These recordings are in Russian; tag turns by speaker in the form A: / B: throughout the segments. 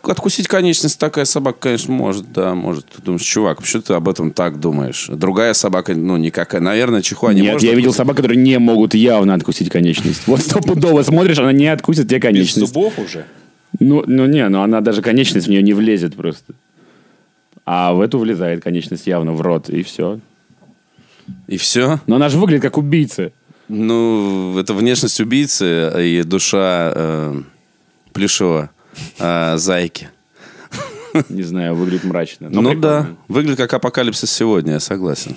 A: от- откусить конечность такая собака, конечно, может, да, может. Ты думаешь, чувак, почему ты об этом так думаешь? Другая собака, ну, никакая. Наверное, чихуа не
B: Нет,
A: может а
B: я видел
A: откусить
B: собак, которые не могут явно откусить конечность. Вот стопудово смотришь, она не откусит тебе
C: Без
B: конечность.
C: зубов уже.
B: Ну, ну не, ну она даже конечность в нее не влезет просто. А в эту влезает конечность явно в рот, и все.
A: И все?
B: Но она же выглядит как убийца.
A: Ну, это внешность убийцы и душа э, плюшева, э, зайки.
B: Не знаю, выглядит мрачно. но
A: ну
B: прикольно.
A: да, выглядит как апокалипсис сегодня, я согласен.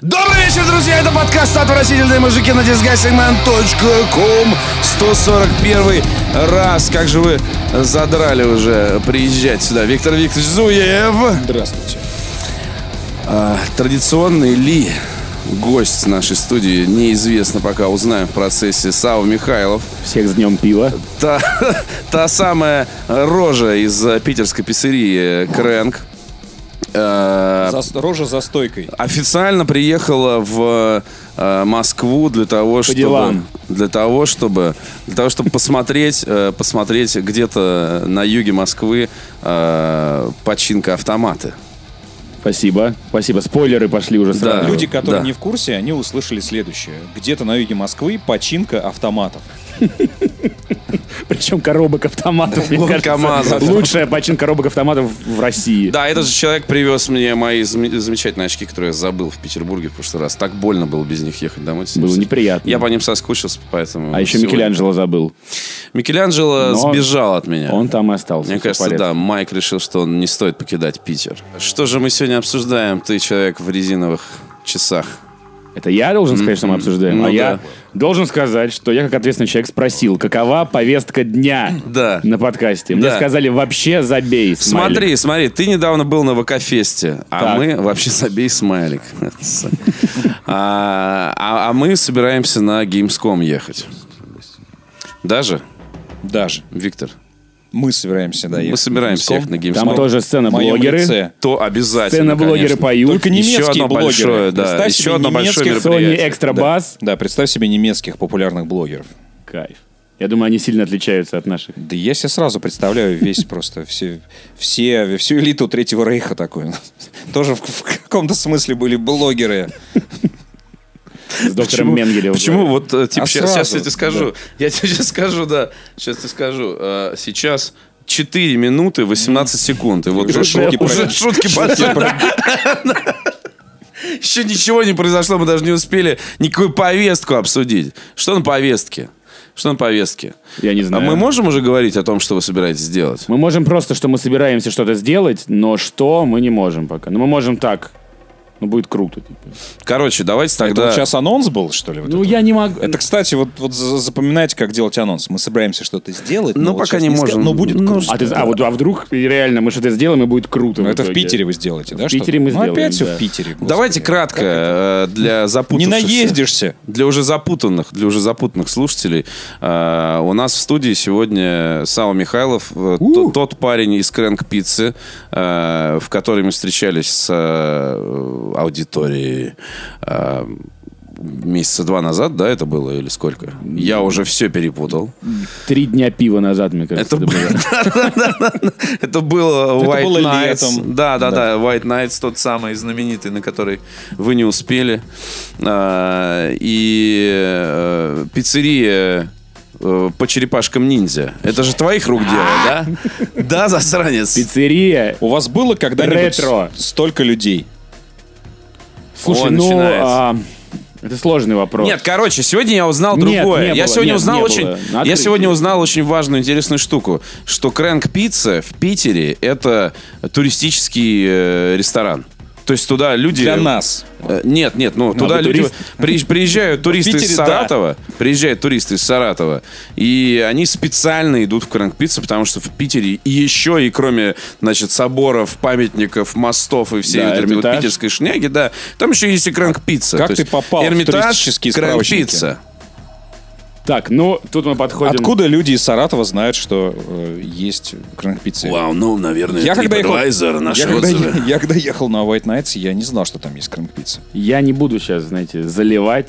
D: Добрый вечер, друзья! Это подкаст «Отвратительные мужики» на disgustingman.com
A: 141 раз, как же вы задрали уже приезжать сюда. Виктор Викторович Зуев.
C: Здравствуйте.
A: А, традиционный ли гость нашей студии, неизвестно пока, узнаем в процессе, Сава Михайлов.
B: Всех с днем пива.
A: Та, та самая рожа из э, питерской пиццерии э, Крэнк. Э,
C: За- рожа за стойкой.
A: официально приехала в э, Москву для того, чтобы
B: делам.
A: для того, чтобы для того, чтобы посмотреть, э, посмотреть где-то на юге Москвы э, починка автоматы.
B: Спасибо. Спасибо. Спойлеры пошли уже сразу.
A: Да.
C: Люди, которые
A: а, да.
C: не в курсе, они услышали следующее. Где-то на юге Москвы починка автоматов.
B: Причем коробок автоматов, мне
A: Вон
B: кажется,
A: КамАЗа.
B: лучшая починка коробок автоматов в России.
A: Да, этот же человек привез мне мои зам- замечательные очки, которые я забыл в Петербурге в прошлый раз. Так больно было без них ехать домой.
B: Было неприятно.
A: Я по ним соскучился, поэтому.
B: А еще
A: сегодня-
B: Микеланджело забыл.
A: Микеланджело
B: Но
A: сбежал от меня.
B: Он там и остался.
A: Мне
B: всё
A: кажется,
B: порядке.
A: да, Майк решил, что он не стоит покидать Питер. Что же мы сегодня обсуждаем? Ты человек в резиновых часах.
B: Это я должен сказать, что мы обсуждаем?
A: Ну
B: а
A: да.
B: я должен сказать, что я как ответственный человек спросил, какова повестка дня
A: Да.
B: на подкасте. Мне
A: Да.
B: сказали, вообще забей. смайлик.
A: Смотри, смотри, ты недавно был на ВК-фесте, а
B: Так.
A: мы вообще забей смайлик. А а- а мы собираемся на Gamescom ехать. Даже,
C: Даже.
A: Виктор,
C: Мы собираемся доехать.
A: мы собираемся ехать на
B: Там
A: Gamescom.
B: тоже сцена
C: В моем
B: блогеры.
C: лице.
A: То обязательно,
B: Сценоблогеры
A: конечно.
B: поют.
C: Только немецкие
A: Еще одно
C: блогеры.
A: большое, да,
C: Представь
A: еще
C: себе
A: одно
C: немецких
A: большое
B: Sony
A: мероприятие.
B: Экстра Бас.
C: Да, представь себе немецких популярных блогеров.
B: Кайф. Я думаю, они сильно отличаются от наших.
C: Да я себе сразу представляю весь просто, все, все, всю элиту Третьего Рейха такую. Тоже в, в каком-то смысле были блогеры.
B: С доктором Менгелем.
A: Почему вот, э, типа,
C: А
A: сейчас,
C: сразу,
A: я тебе скажу, я тебе сейчас скажу, да, сейчас тебе скажу, э, сейчас 4 минуты 18 секунд, и вот уже шутки,
B: про-
A: уже шутки пошли.
C: Типа,
A: Еще ничего не произошло, мы даже не успели никакую повестку обсудить. Что на повестке? Что на повестке?
B: Я не
A: А
B: знаю.
A: мы можем уже говорить о том, что вы собираетесь сделать?
B: Мы можем просто, что мы собираемся что-то сделать, но что мы не можем пока. Ну, мы можем так. Ну, будет круто. типа.
A: Короче, давайте
C: Это
A: тогда...
C: вот сейчас анонс был, что ли? вот
B: Ну,
C: это?
B: я не могу.
C: Это, кстати, вот, вот за- запоминайте, как делать анонс. Мы собираемся что-то сделать.
A: Ну,
C: вот
A: пока
C: сейчас
A: не
C: ска-
A: можем.
C: Но будет
A: Ну,
C: круто.
A: что-
B: А, ты- а вот а вдруг реально мы что-то сделаем и будет круто.
C: Ну,
B: в
C: это в
B: итоге?
C: Питере вы сделаете, да?
B: В Питере мы
C: что-то? ну,
B: сделаем,
C: опять все
B: да.
C: в Питере. господи.
A: Давайте кратко э, для
C: Не
A: запутавшихся.
C: наездишься.
A: Для уже запутанных, для уже запутанных слушателей, э, у нас в студии сегодня Сава Михайлов, э, то- тот парень из Крэнк Пиццы, э, в которой мы встречались с э, аудиторией э, месяца два назад, да, это было или сколько? Я уже все перепутал.
B: Три дня пива назад, мне кажется.
A: Это
B: это
A: было,
B: было.
A: это было White
C: было
A: Nights.
C: летом.
A: Да, да, да, White Nights, тот самый знаменитый, на который вы не успели. А, И э, пиццерия э, по черепашкам ниндзя. Это же твоих рук дело, да? Да, засранец.
B: Пиццерия.
C: У вас было когда-нибудь
B: Ретро.
C: с- столько людей?
B: Слушай,
A: О,
B: ну...
A: начинается.
B: а, Это сложный вопрос.
A: Нет, короче, сегодня я узнал
B: Нет,
A: другое.
B: не
A: я
B: было,
A: сегодня
B: нет,
A: узнал
B: не
A: очень,
B: было. Открытие.
A: я сегодня узнал очень важную интересную штуку, что Крэнк Пицца в Питере это туристический э, ресторан. То есть туда люди
C: Для нас.
A: Э, Нет, нет, ну туда
B: вы
A: люди
B: турист?
A: при- приезжают туристы из
C: Питере, да.
A: Саратова, приезжают туристы из Саратова, и они специально идут в Крэнк Пиццу, потому что в Питере еще и кроме, значит, соборов, памятников, мостов и всей
B: Да,
A: вот этой вот
B: Эрмитаж.
A: питерской шняги, да, там еще есть и Крэнк Пицца.
C: Как
A: То
C: ты
A: есть
C: попал в
A: Эрмитаж,
C: туристические
A: Крэнк
C: справочники?
A: Пицца.
B: Так, ну, тут мы подходим...
C: Откуда люди из Саратова знают, что э, есть крэнк
A: Вау, ну, наверное,
C: Я когда, ехал,
A: TripAdvisor, наши
C: я, когда,
A: отзывы.
C: е- я когда ехал на White Nights, я не знал, что там есть крэнк
B: Я не буду сейчас, знаете, заливать.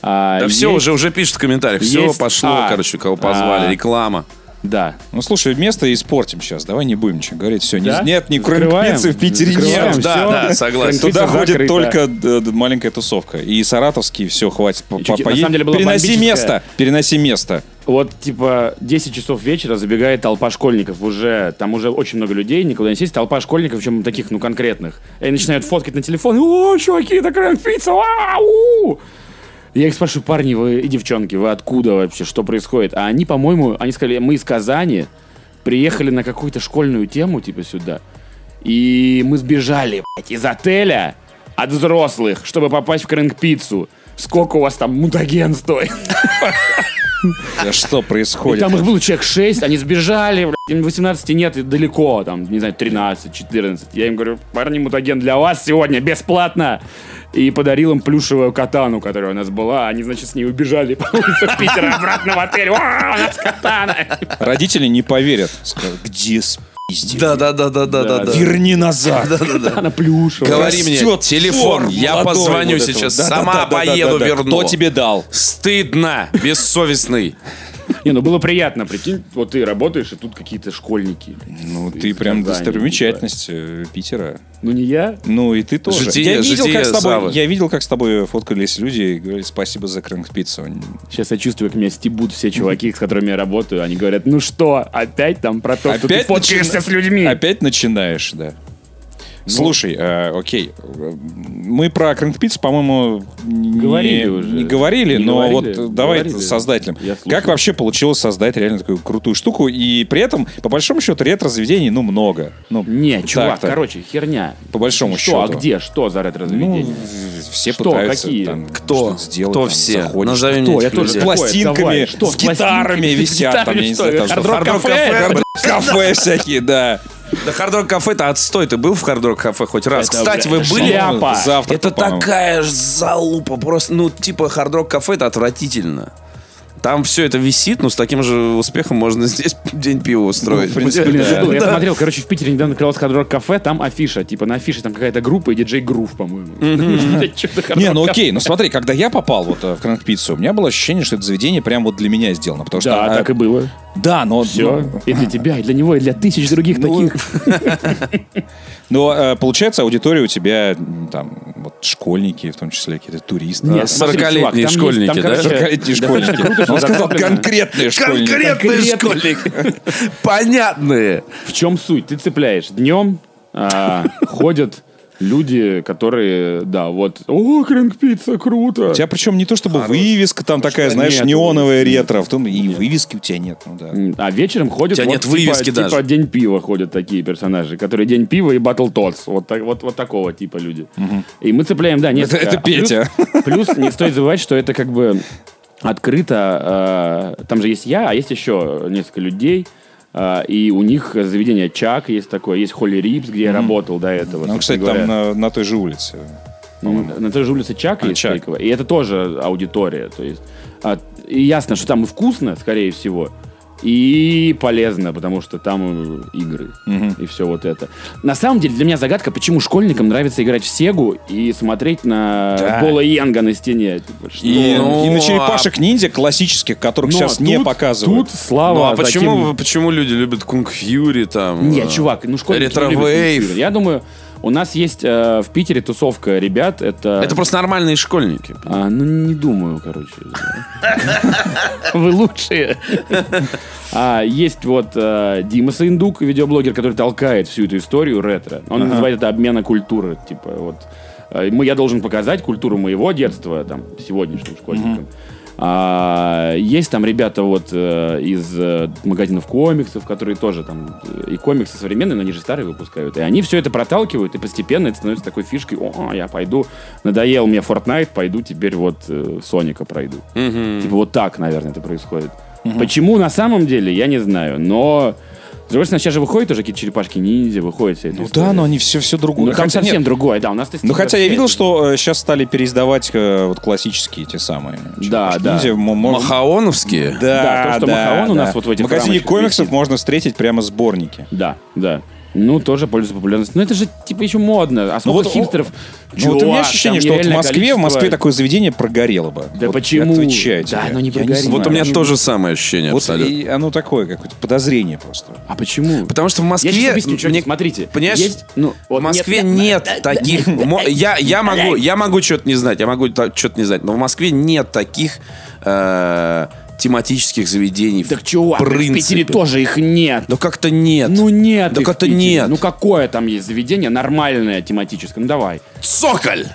B: А,
A: Да все,
B: есть-
A: уже, уже пишут в комментариях. Все,
B: есть-
A: пошло,
B: а,
A: короче, кого позвали.
B: а.
A: Реклама.
B: Да.
C: Ну, слушай, место испортим сейчас. Давай не будем ничего говорить. Все,
B: Да?
C: нет ни
B: Закрываем?
C: Крым-Пиццы в Питере
B: Закрываем,
C: нет.
A: Да,
B: всё.
A: да, согласен.
B: Крым-пицца
C: Туда ходит
B: закрыта.
C: только э, д- маленькая тусовка. И саратовский, все, хватит. по-
B: И чуть-
C: по-
B: на
C: поедем.
B: самом деле была
C: Переноси
B: бомбическая.
C: место. Переноси место.
B: Вот, типа, 10 часов вечера забегает толпа школьников уже, там уже очень много людей, никуда не сесть, толпа школьников, причем таких, ну, конкретных. И они начинают фоткать на телефон, о, чуваки, это крем-пицца, ау! Я их спрашиваю, парни, вы и девчонки, вы откуда вообще, что происходит? А они, по-моему, они сказали, мы из Казани, приехали на какую-то школьную тему, типа, сюда. И мы сбежали, блядь, из отеля от взрослых, чтобы попасть в крэнк-пиццу. Сколько у вас там мутаген стоит?
C: Да Э, Что
B: И
C: происходит?
B: там их было человек 6, они сбежали, блядь, им 18 нет, и далеко, там, не знаю, 13, 14. Я им говорю, парни, мутаген для вас сегодня бесплатно. И подарил им плюшевую катану, которая у нас была. Они, значит, с ней убежали по улице Питера обратно в отель. «Уа, У нас катана!
C: Родители не поверят. Скажут, где спиздили?
A: Да, да, да, да, да, да.
C: Верни назад.
B: Катана плюшевая.
A: Говори мне,
C: Растет
A: телефон,
C: форм
A: я
C: молодой
A: позвоню
C: вот этого.
A: сейчас,
C: Да, да,
A: сама
C: да, да,
A: поеду,
C: да, да.
A: верну.
C: Кто тебе дал?
A: Стыдно, бессовестный.
B: Не, ну было приятно, прикинь, вот ты работаешь, и тут какие-то школьники.
C: Ну,
B: Из
C: ты прям
B: Казани,
C: достопримечательность э, Питера.
B: Ну не я.
C: Ну и ты тоже.
A: Житие-
C: я, видел,
A: житие
C: как с
A: Савы.
C: тобой, я видел, как с тобой фоткались люди и говорили спасибо за крэнк-пиццу.
B: Сейчас я чувствую, как меня стебут все чуваки, с которыми я работаю. Они говорят, ну что, опять там про то, что ты
C: Опять
B: фоткаешься
C: начина-
B: с людьми. Ну.
C: Опять начинаешь, да. Слушай, э, окей, э, мы про крэнк-пиццу, по-моему, не-
B: Говорили
C: не,
B: уже.
C: говорили,
B: Не
C: но
B: говорили?
C: вот э, давай
B: Говорили.
C: создателям.
B: Я слушаю.
C: Как вообще получилось создать реально такую крутую штуку? И при этом, по большому счету, ретро-заведений, ну, много. Ну,
B: Не, чувак,
C: так-то.
B: короче, херня.
C: По большому
B: Что, а
C: счету.
B: где, что за
C: Ну,
B: ретро-заведение?
C: в- все
B: Что,
C: пытаются
B: какие?
C: там
A: Кто?
C: что-то сделать.
A: Кто
C: там,
A: все?
C: заходишь,
A: Назови мне
B: Кто? Я
A: этих
B: тоже
A: людей.
C: С пластинками,
B: Давай, что,
C: с
B: с пластинками?
C: гитарами висят, там, я не
B: Гитарами,
C: знаю, там
B: что,
C: что,
B: хард-рок кафе?
C: хард-рок кафе всякие, да.
A: Да хардрок кафе это отстой. Ты был в хардрок кафе хоть раз?
B: Это,
A: Кстати, вы
B: блядь,
A: были?
B: Шляпа.
C: Завтра,
A: Это такая ж залупа. Просто, ну, типа хардрок кафе это отвратительно. Там все это висит, но с таким же успехом можно здесь день пива устроить.
C: в принципе,
B: Ну, Блин,
C: да.
B: забыл. Я смотрел, короче, в Питере недавно открылось хардрок кафе, там афиша. Типа на афише там какая-то группа и диджей Грув, по-моему. Чё-то хард-рок
C: Не, ну
B: кафе.
C: окей, ну смотри, когда я попал вот э, в Кранк-пиццу, у меня было ощущение, что это заведение прям вот для меня сделано, потому что...
B: Да,
C: а,
B: так и было.
C: Да, но... ну,
B: Все.
C: но-
B: И для тебя, и для него, и для тысяч других
C: Ну,
B: таких.
C: Но э, получается, аудитория у тебя м, там вот школьники, в том числе какие-то туристы.
B: Нет,
C: Да,
B: смотри,
A: 40-летние
B: чувак, там есть-
A: школьники,
B: там,
A: да?
B: короче,
C: Сорокалетние
B: достаточно круто,
C: школьники.
B: что
C: Он сказал
B: зацеплено.
C: конкретные школьники.
A: Конкретные
B: Конкретные.
A: школьники. Понятные.
B: В чем суть? Ты цепляешь. Днем а, ходят люди, которые, да, вот, о, кринг-пицца, круто.
C: У тебя причем не то чтобы вывеска там такая, знаешь,
B: Нет,
C: неоновая ретро, в том и вывески у тебя нет. Ну да.
B: М, А вечером ходят
A: У тебя
B: вот
A: нет
B: типа-
A: вывески
B: типа,
A: даже.
B: День пива ходят такие персонажи, которые День пива и Battle Tots. Вот, так, вот, вот такого типа люди. И мы цепляем, да, несколько.
C: это
B: А плюс-
C: Петя.
B: Плюс, не стоит забывать, что это как бы открыто. э, там же есть я, а есть еще несколько людей. э, и у них заведение Чак есть такое, есть Холли Рипс, где я работал до этого.
C: Ну,
B: собственно
C: кстати,
B: говоря.
C: там на, на той же улице.
B: М, Ну, На той же улице Чак
C: А,
B: есть
C: Чак.
B: Крикова, И это тоже аудитория. То есть, а, и ясно, что там и вкусно, скорее всего, и полезно, потому что там э, игры и все вот это. На самом деле для меня загадка, почему школьникам нравится играть в Сегу и смотреть на
C: Да.
B: Пола Янга на стене. Типа, что-
C: И,
A: Ну,
C: и на
A: а-
C: черепашек ниндзя классических, которых
B: Но
C: сейчас не
B: тут-
C: показывают.
B: Тут слава.
A: Ну а
B: таким-
A: почему, почему люди любят Кунг Фьюри там?
B: Нет,
A: э,
B: чувак, ну школьники не любят
A: Ретро-вейв.
B: Кунг-фу. Я думаю, у нас есть э, в Питере тусовка ребят. Это,
A: Это просто нормальные школьники.
B: А, ну, не думаю, короче. Вы лучшие. А, есть вот э, Дима Саиндук, видеоблогер, который толкает всю эту историю ретро. Он называет это обмена культуры. Типа вот э, мы- я должен показать культуру моего детства, там, сегодняшним школьникам. А, есть там ребята вот э, из э, магазинов комиксов, которые тоже там э, и комиксы современные, но они же старые выпускают. И они все это проталкивают, и постепенно это становится такой фишкой. О, я пойду, надоел мне Fortnite, пойду теперь вот э, Соника пройду. Типа вот так, наверное, это происходит. Почему на самом деле, я не знаю, но... С другой стороны, сейчас же выходят уже какие-то черепашки-ниндзя, выходят все
C: Ну да, но они все, все другое.
B: Ну, там
C: Хотя-
B: совсем
C: нет.
B: другое, да, у нас...
C: Ну хотя я видел, что сейчас стали переиздавать э, вот классические те самые.
B: Да,
C: черепашки
B: да.
C: ниндзя. М- можно-
A: Махаоновские?
C: Да,
B: Да, то, что Махаон у нас вот в этих
C: магазине
B: рамочках
C: комиксов
B: висит.
C: можно встретить прямо сборники.
B: Да, да. Ну, тоже пользуется популярностью. Но это же, типа, еще модно. А сколько
C: вот, о,
B: хипстеров?
C: Ну, вот у меня
B: Чувак,
C: ощущение,
B: там
C: что вот в
B: нереальное
C: Москве, в Москве
B: количество-
C: такое заведение прогорело бы.
B: Да
C: Вот
B: почему?
C: Отвечаю
B: Да,
C: тебе.
B: оно не
C: Я
B: прогорело.
C: знаю.
B: Вот
A: Вот у меня то же самое ощущение
C: Вот
A: абсолютно.
C: и оно такое, какое-то подозрение просто.
B: А почему?
A: Потому что в
B: Я
A: Москве...
B: сейчас объясню, чуваки,
A: мне-
B: смотрите.
A: Понимаешь,
B: Есть- ну,
A: в
B: вот
A: Москве
B: нет,
A: нет, таких... мо- я, я могу, я могу что-то не знать, я могу что-то не знать, но в Москве нет таких э, тематических заведений
B: Так
A: в
B: чувак, так в
A: принципе.
B: Питере тоже их нет.
A: Ну как-то нет.
B: Ну нет.
A: Да
B: их в
A: как-то
B: Питере.
A: нет.
B: Ну какое там есть заведение нормальное тематическое? Ну давай.
A: Соколь!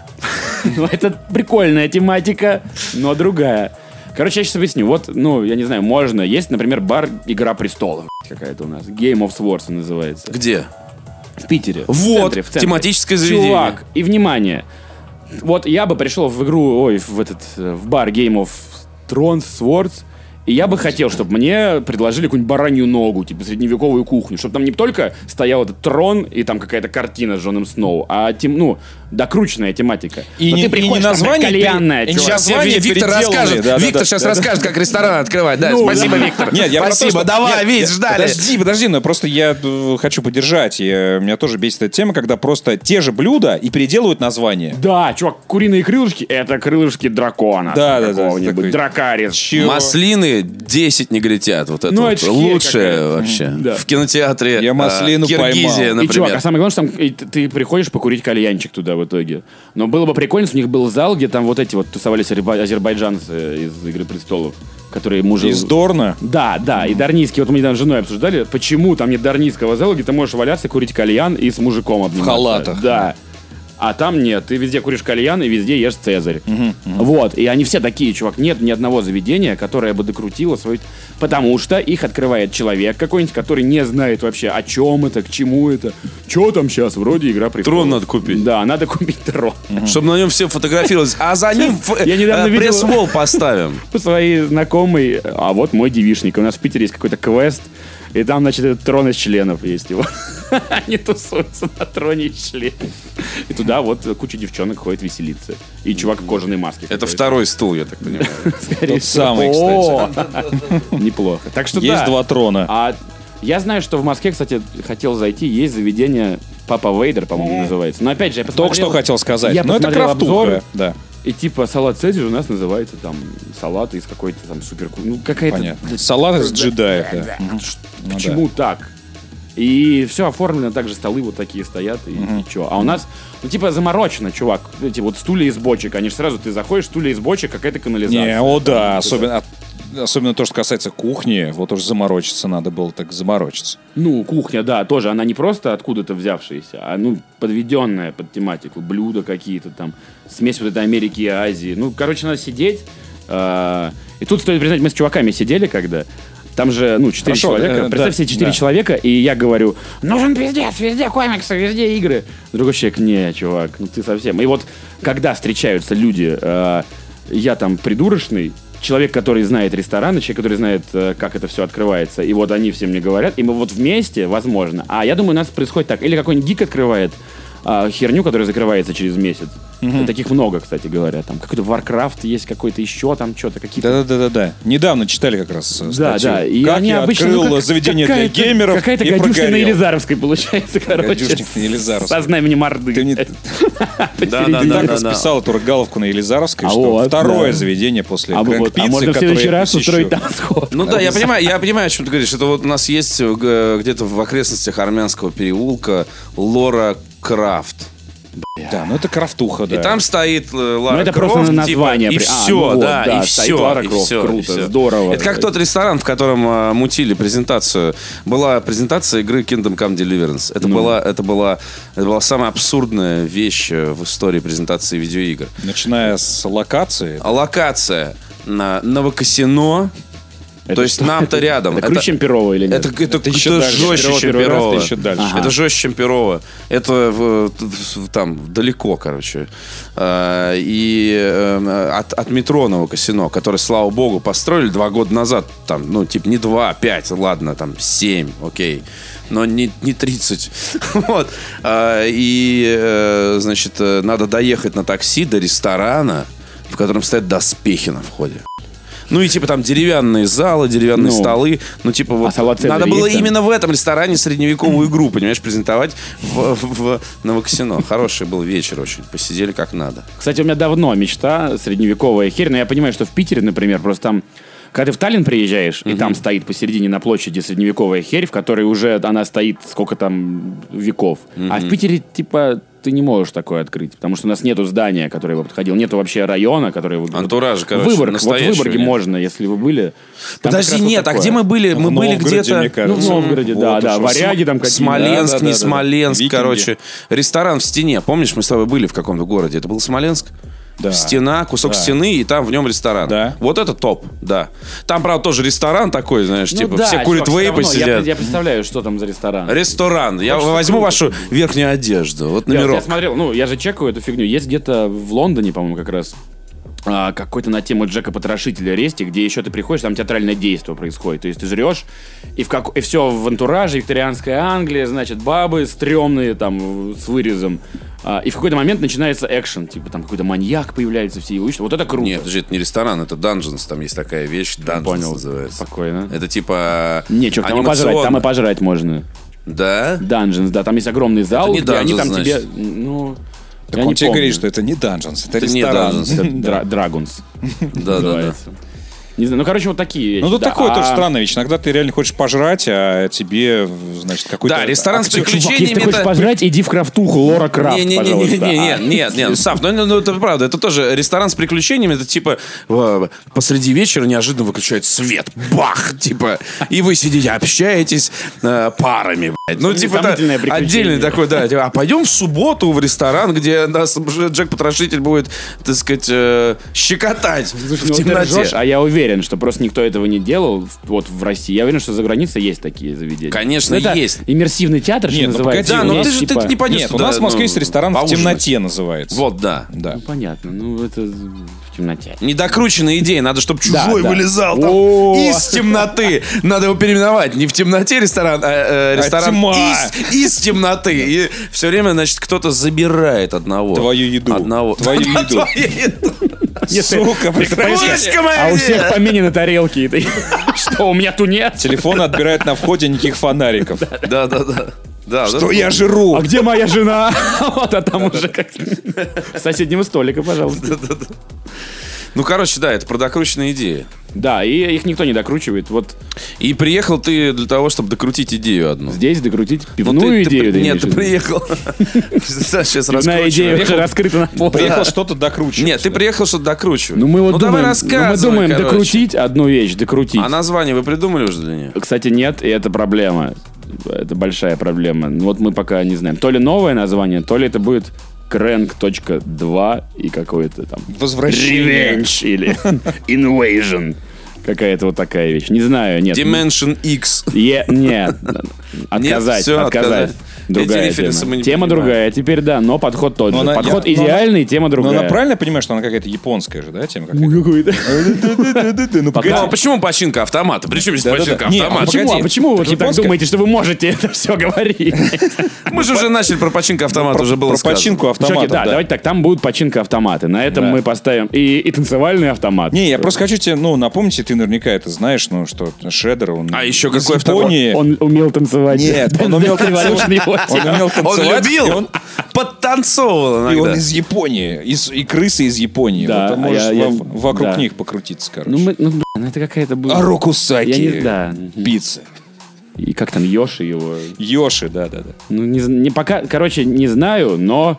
B: Ну, это прикольная тематика, но другая. Короче, я сейчас объясню. Вот, ну, я не знаю, можно. Есть, например, бар «Игра престолов» какая-то у нас. Game of Swords он называется.
A: Где?
B: В Питере. в
A: Вот,
B: центре, в центре.
A: тематическое заведение.
B: Чувак, и внимание. Вот я бы пришел в игру, ой, в этот, э, в бар Game of Thrones, Swords, и я бы хотел, чтобы мне предложили какую-нибудь баранью ногу, типа средневековую кухню, чтобы там не только стоял этот трон и там какая-то картина с Джоном Сноу, а тем, ну, докрученная тематика.
C: И
B: Но
C: не- и
B: ты
C: не
B: приходишь, там, блядь,
C: название пере-
B: кальянная,
C: и не
B: чувак.
C: Сейчас название Вик- Виктор переделанное, расскажет. да, да, Виктор да, щас да, да.
A: расскажет, как ресторан открывать. Ну, Да,
B: спасибо,
A: Виктор.
C: Нет, я про то, что- Нет, я- Подожди, подожди, но просто я э, хочу поддержать. Я- меня тоже бесит эта тема, когда просто те же блюда и переделывают название.
B: Да, чувак, куриные крылышки — это крылышки дракона.
C: Да,
B: там
C: да, да,
B: какого-нибудь,
C: такой-
B: Дракарис.
C: Чё?
A: Маслины 10 негритят. Вот это
B: Ну,
A: вот
B: это ж херь
A: лучшее
B: какая-то.
A: вообще.
B: Да.
A: В кинотеатре.
C: Я
A: а,
C: маслину
A: Киргизия,
C: поймал.
A: например.
B: И, чувак, а самое главное, что там и ты, ты приходишь покурить кальянчик туда в итоге. Но было бы прикольно, если у них был зал, где там вот эти вот тусовались арба- азербайджанцы из «Игры престолов», которые мужи...
C: Из Дорна.
B: Да, да, и Дарнийский, вот мы недавно с женой обсуждали, почему там нет Дарнийского зала, где ты можешь валяться, курить кальян и с мужиком обниматься.
C: халатах.
B: Да. А там нет, ты везде куришь кальян и везде ешь Цезарь. Вот, и они все такие, чувак, нет ни одного заведения, которое бы докрутило свою... Потому что их открывает человек какой-нибудь, который не знает вообще, о чем это, к чему это, что там сейчас, вроде игра престолов.
A: Трон надо купить.
B: Да, надо купить трон.
A: Чтобы на нем все фотографировались. А за ним ф-
B: Я недавно
A: э,
B: видел-
A: пресс-вол поставим.
B: по своей знакомой, а вот мой девишник. У нас в Питере есть какой-то квест, и там, значит, этот трон из членов есть его. Они тусуются на троне из членов. И туда вот куча девчонок ходит веселиться. И чувак в кожаной маске.
A: Это
B: какой-то,
A: второй стул, я так понимаю.
B: скорее
C: Тот
B: всего.
C: самый, кстати.
B: О, Неплохо. Так что
C: Есть
B: да.
C: два трона.
B: А я знаю, что в Москве, кстати, хотел зайти, есть заведение Папа Вейдер, по-моему, называется. Но опять же, я
C: Только
B: посмотрел...
C: что хотел сказать.
B: Я
C: но это
B: посмотрел
C: крафтуха.
B: обзоры.
C: Да.
B: И типа салат Цезарь у нас называется там салат из какой-то там супер... Ну, какая-то...
C: Понятно. Салат из джедаев, да. Ну
B: Почему так? И все оформлено так же, столы вот такие стоят, и ничего. А у нас, ну, типа, заморочено, чувак. Эти вот стулья из бочек. Они же сразу, ты заходишь, стулья из бочек, какая-то канализация. типа,
C: Не, о да, особенно... от- Особенно то, что касается кухни, вот уже заморочиться надо было, так заморочиться.
B: Ну, кухня, да, тоже. Она не просто откуда-то взявшаяся, а, ну, подведенная под тематику. Блюда какие-то там, смесь вот этой Америки и Азии. Ну, короче, надо сидеть. э, И тут стоит признать, мы с чуваками сидели когда... Там же, ну, четыре
C: Хорошо,
B: человека.
C: э,
B: Представь
C: да,
B: себе четыре
C: да.
B: человека, и я говорю, нужен пиздец, везде комиксы, везде игры. Другой человек, не, чувак, ну ты совсем. И вот, когда встречаются люди, э, я там придурочный, человек, который знает рестораны, человек, который знает, э, как это все открывается, и вот они все мне говорят, и мы вот вместе, возможно. А я думаю, у нас происходит так. Или какой-нибудь гик открывает а, херню, которая закрывается через месяц. Таких много, кстати говоря. Там какой-то Warcraft есть, какой-то еще там что-то, какие-то
C: Да-да-да-да. Недавно читали как раз э,
B: да,
C: статью.
B: да. И
C: как
B: они
C: я
B: обычно,
C: открыл
B: ну, как
C: заведение для
B: какая-то-
C: геймеров
B: Какая-то
C: и
B: гадюшня на
C: прогорел.
B: Елизаровской получается, короче.
C: Гадюшник на Елизаровской.
B: Со знаменем Орды.
C: Ты мне
A: Да,
B: Посередине.
A: да,
C: так
A: да, да, да.
C: расписал эту рогаловку на Елизаровской,
B: А
C: что
B: вот,
C: второе
B: да.
C: заведение после
B: А, вот, а
C: Гранд-Пиццы,
B: можно в
C: которое
B: следующий
C: я
B: раз
C: посещу.
B: устроить там сход.
A: Ну да, я понимаю, я понимаю, о чем ты говоришь. Это вот у нас есть э, где-то в окрестностях армянского переулка Лора Крафт.
C: Да, ну это крафтуха, да.
A: И там стоит э, Лара
B: Ну, это
A: Крофт,
B: просто на
A: типа,
B: название
A: и
B: при- а,
A: все,
B: ну вот,
A: да,
B: да,
A: и
B: стоит
A: все,
B: Лара
A: и
B: Крофт,
A: все,
B: круто,
A: и все.
B: здорово.
A: Это как тот ресторан, в котором э, мутили презентацию. Была презентация игры Kingdom Come Deliverance.
B: Ну.
A: Это, была, это, была, это была самая абсурдная вещь э, в истории презентации видеоигр.
C: Начиная с локации.
A: А локация на Новокосино, то есть нам-то рядом.
B: Это круче, чем Перово или нет?
A: Это, это, это
C: еще дальше.
A: жестче,
C: Перово
A: чем
C: первый раз,
A: Перово.
C: это еще дальше.
A: Это жестче, чем Перово. Это в- в- там далеко, короче. А, И э, от, от метро Новокосино, которое, слава богу, построили два года назад. Там, ну, типа, не два, пять, ладно, там, семь, окей. Но не, не 30. Вот. А, И, э, значит, э, надо доехать на такси до ресторана, в котором стоят доспехи на входе. Ну и типа там деревянные залы, деревянные
B: Ну.
A: столы. Ну типа вот
B: салат Цезарь
A: надо было
B: А есть там?
A: именно в этом ресторане средневековую игру, понимаешь, презентовать в, в Новоксино. Хороший был вечер очень. Посидели как надо.
B: Кстати, у меня давно мечта средневековая херь, но я понимаю, что в Питере, например, просто там когда ты в Таллин приезжаешь, и там стоит посередине на площади средневековая херь, в которой уже она стоит сколько там веков. А в Питере, типа, ты не можешь такое открыть, потому что у нас нету здания, которое бы подходило, нету вообще района, который... вы-
A: Антуража, короче,
B: Выборг, вот в
A: настоящего
B: Выборге
A: нет.
B: можно, если вы были. Там как раз
A: Подожди,
B: вот
A: нет, а
B: такое.
A: где мы были? Мы
C: В
A: были
C: Новгороде,
A: где-то...
C: мне
B: Ну,
C: кажется.
B: в Новгороде,
C: Вот
B: да,
C: уж
B: да,
C: уж.
B: варяги там какие-то.
A: Смоленск,
C: Да, да,
A: не
C: да, да.
A: Смоленск,
C: Викинги.
A: короче. Ресторан в стене. Помнишь, мы с тобой были в каком-то городе? Это был Смоленск?
C: Да.
A: Стена, кусок стены, и там в нем ресторан.
C: Да.
A: Вот это топ, да. Там, правда, тоже ресторан такой, знаешь,
B: Ну
A: типа,
B: да,
A: все курят
B: чувак, всё
A: вейпы
B: равно, я-
A: сидят.
B: Я представляю, что там за ресторан.
A: Ресторан. Я
B: Хочется
A: возьму
B: круто.
A: вашу верхнюю одежду. Вот
B: Я, вот я
A: номерок.
B: смотрел, ну, я же чекаю эту фигню. Есть где-то в Лондоне, по-моему, как раз а, какой-то на тему Джека Потрошителя Рести, где еще ты приходишь, там театральное действие происходит. То есть ты жрешь, и, в как... и все в антураже, викторианская Англия, значит, бабы стрёмные там в- с вырезом. А, и в какой-то момент начинается экшен, типа там какой-то маньяк появляется, все его ищут. Вот это круто.
A: Нет, подожди, это не ресторан, это Dungeons. Там есть такая вещь, Dungeons
B: понял.
A: называется.
B: Спокойно.
A: Это типа
B: Не, чувак, там и пожрать, там
A: анимационно.
B: и пожрать можно.
A: Да?
B: Dungeons, да, там есть огромный зал,
A: не
B: где они
A: Dungeons,
B: там
A: значит.
B: тебе, ну,
C: Так
B: я
C: он
B: не
C: тебе
B: помню.
C: говорит, что это не Dungeons, это
A: Это не
C: ресторан.
A: Dungeons.
B: Это Дра- Dragons.
A: Да, да, да.
B: называется. Не знаю, ну, короче, вот такие вещи.
C: Ну, тут
B: да.
C: такое
B: А,
C: тоже странная вещь. Иногда ты реально хочешь пожрать, а тебе, значит, какой-то...
A: Да, ресторан с
C: актер-
A: приключениями.
B: Если ты хочешь
A: это-
B: пожрать, иди в крафтуху Лора Крафт,
A: не, не, не, не, не,
B: пожалуйста.
A: не,
B: А,
A: нет, нет, Сав, ну, ну, это правда, это тоже ресторан с приключениями, это типа э, посреди вечера неожиданно выключают свет, бах, типа, и вы сидите, общаетесь э, парами, блядь. ну типа да,
B: Сомнительное приключение.
A: отдельный такой, да, типа, а пойдем в субботу в ресторан, где нас уже Джек Потрошитель будет, так сказать, э, щекотать
B: Слушай,
A: в
B: ну, вот ты
A: темноте.
B: ржешь, а я уверен, что просто никто этого не делал в- вот в России. Я уверен, что за границей есть такие заведения.
A: Конечно,
B: Ну, это
A: есть.
B: Иммерсивный театр, что
C: Нет, ну,
B: называется.
A: да,
B: У
A: но
B: нас,
A: ты же ты
B: типа-
A: не пойдешь
C: Нет, у
A: туда,
C: нас в Москве
A: ну,
C: есть ресторан в
A: поужинать.
C: темноте называется.
A: Вот, да.
C: Да.
B: Ну, понятно, ну это в темноте.
A: Недокрученная идея, надо, чтобы чужой
B: да.
A: вылезал там
B: О.
A: из темноты. Надо его переименовать. Не в темноте ресторан, а э, ресторан
C: тьма.
A: из, из темноты. И все время, значит, кто-то забирает одного.
C: Твою еду.
A: Одного.
C: Твою
A: Да,
C: еду.
A: твою еду.
C: Сука, прекрати.
A: Умничка моя
B: А
A: идея.
B: у всех поменены тарелки. и ты, Что, у меня тунец?
C: Телефоны отбирают на входе никаких фонариков.
A: Да, да, да. Да, вот
C: Что
A: это
C: я
A: было.
B: А
C: жру?
B: где моя жена? Вот, а там уже как... С соседнего столика, пожалуйста.
A: Ну, короче, да, это продокрученная идея.
B: Да, и их никто не докручивает. Вот
A: И приехал ты для того, чтобы докрутить идею одну.
B: здесь докрутить
A: Вот
B: пивную
A: ты- ты
B: идею.
A: при-
B: Ну ты
A: Нет,
B: имеешь в
A: ты
B: виду?
A: приехал. Сейчас
B: Пивная идея
A: раскручиваю.
B: уже раскрыта на полке.
C: Приехал что-то Ну, докручивать.
A: Нет, ты приехал, что докручивать.
B: Ну мы вот
A: давай
B: думаем, ну, мы
A: рассказывай,
B: думаем
A: короче.
B: докрутить одну вещь, докрутить.
A: А название вы придумали уже для нее?
B: Кстати, нет, и это проблема. Это большая проблема. Ну, Вот мы пока не знаем. То ли новое название, то ли это будет Крэнк.2 и какое-то там...
C: Возвращение.
B: Revenge или Invasion. Какая-то вот такая вещь. Не знаю, нет.
A: Dimension X.
B: Е- нет. Отказать,
A: всё,
B: отказать.
A: отказать.
B: Другая
A: Эти референсы мы
B: тема.
A: не
B: Тема
A: понимаем.
B: другая, теперь да, но подход тот
C: Но
B: же.
C: она-
B: подход
C: я- но она-
B: идеальный, тема
C: Ну,
B: другая.
C: она правильно понимает, что она какая-то японская же, да, тема? какая-то?
B: Ну, какой-то.
C: Ну,
B: Пока-
A: Ну, а почему починка автомата? Причем здесь
C: Да-да-да.
A: починка
C: Не,
A: автомата?
C: погоди,
B: Почему, а почему вы
C: так
B: же так
C: японская?
B: думаете, что вы можете это все говорить?
A: Мы же уже начали про
B: Ну,
A: починку автомата, уже было
C: Про
A: сказано.
C: починку автомата.
B: Чуваки, да, давайте так, там будут починка автоматы. На этом мы поставим и, и танцевальный автомат.
C: Не, я просто хочу тебе, ну, напомнить, и ты наверняка это знаешь, ну, что Шредер, он...
A: А еще
C: из
A: какой автомат?
C: Японии.
B: Он умел танцевать.
C: Нет, он умел
B: Revolution его
C: Он
B: тема.
C: умел
A: Он
C: танцевать, и
A: любил,
C: он-
A: подтанцовывал
C: И он
A: иногда.
C: из Японии, из, и крысы из Японии.
B: Да, а
C: Вот ты можешь
B: я- я-
C: во- вокруг
B: да.
C: них покрутиться, короче.
B: Ну, мы- ну, блин, это какая-то
A: А
B: была...
C: Арокусаки.
B: Я не- да.
C: Пиццы.
B: И как там, Йоши его...
C: Йоши, да-да-да.
B: Ну, не, з- не пока, короче, не знаю, но...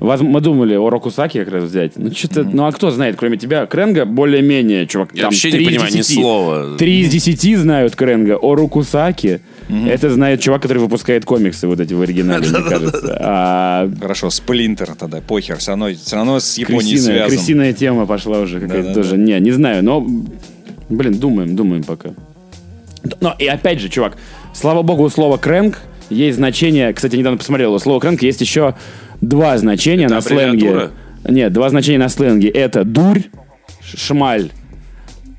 B: воз- мы думали о Рокусаке как раз взять. Ну, что-то... Ну, а кто знает, кроме тебя? Кренга более-менее, чувак.
A: Я
B: там
A: вообще
B: три
A: не
B: из
A: понимаю ни
B: 10.
A: слова.
B: Три из десяти знают Кренга. О Рокусаке это знает чувак, который выпускает комиксы вот эти в оригинале, мне кажется. А
C: Хорошо, Сплинтер тогда, похер, все равно, все равно с Японией
B: Крысиная,
C: связан.
B: крысиная тема пошла уже какая-то
C: Да-да-да.
B: тоже. Не, не знаю, но, блин, думаем, думаем пока. Но и опять же, чувак, слава богу, у слова крэнк есть значение, кстати, недавно посмотрел, у слова крэнк есть еще два значения на сленге.
A: аббревиатура?
B: Нет, два значения на сленге. Это дурь, ш- шмаль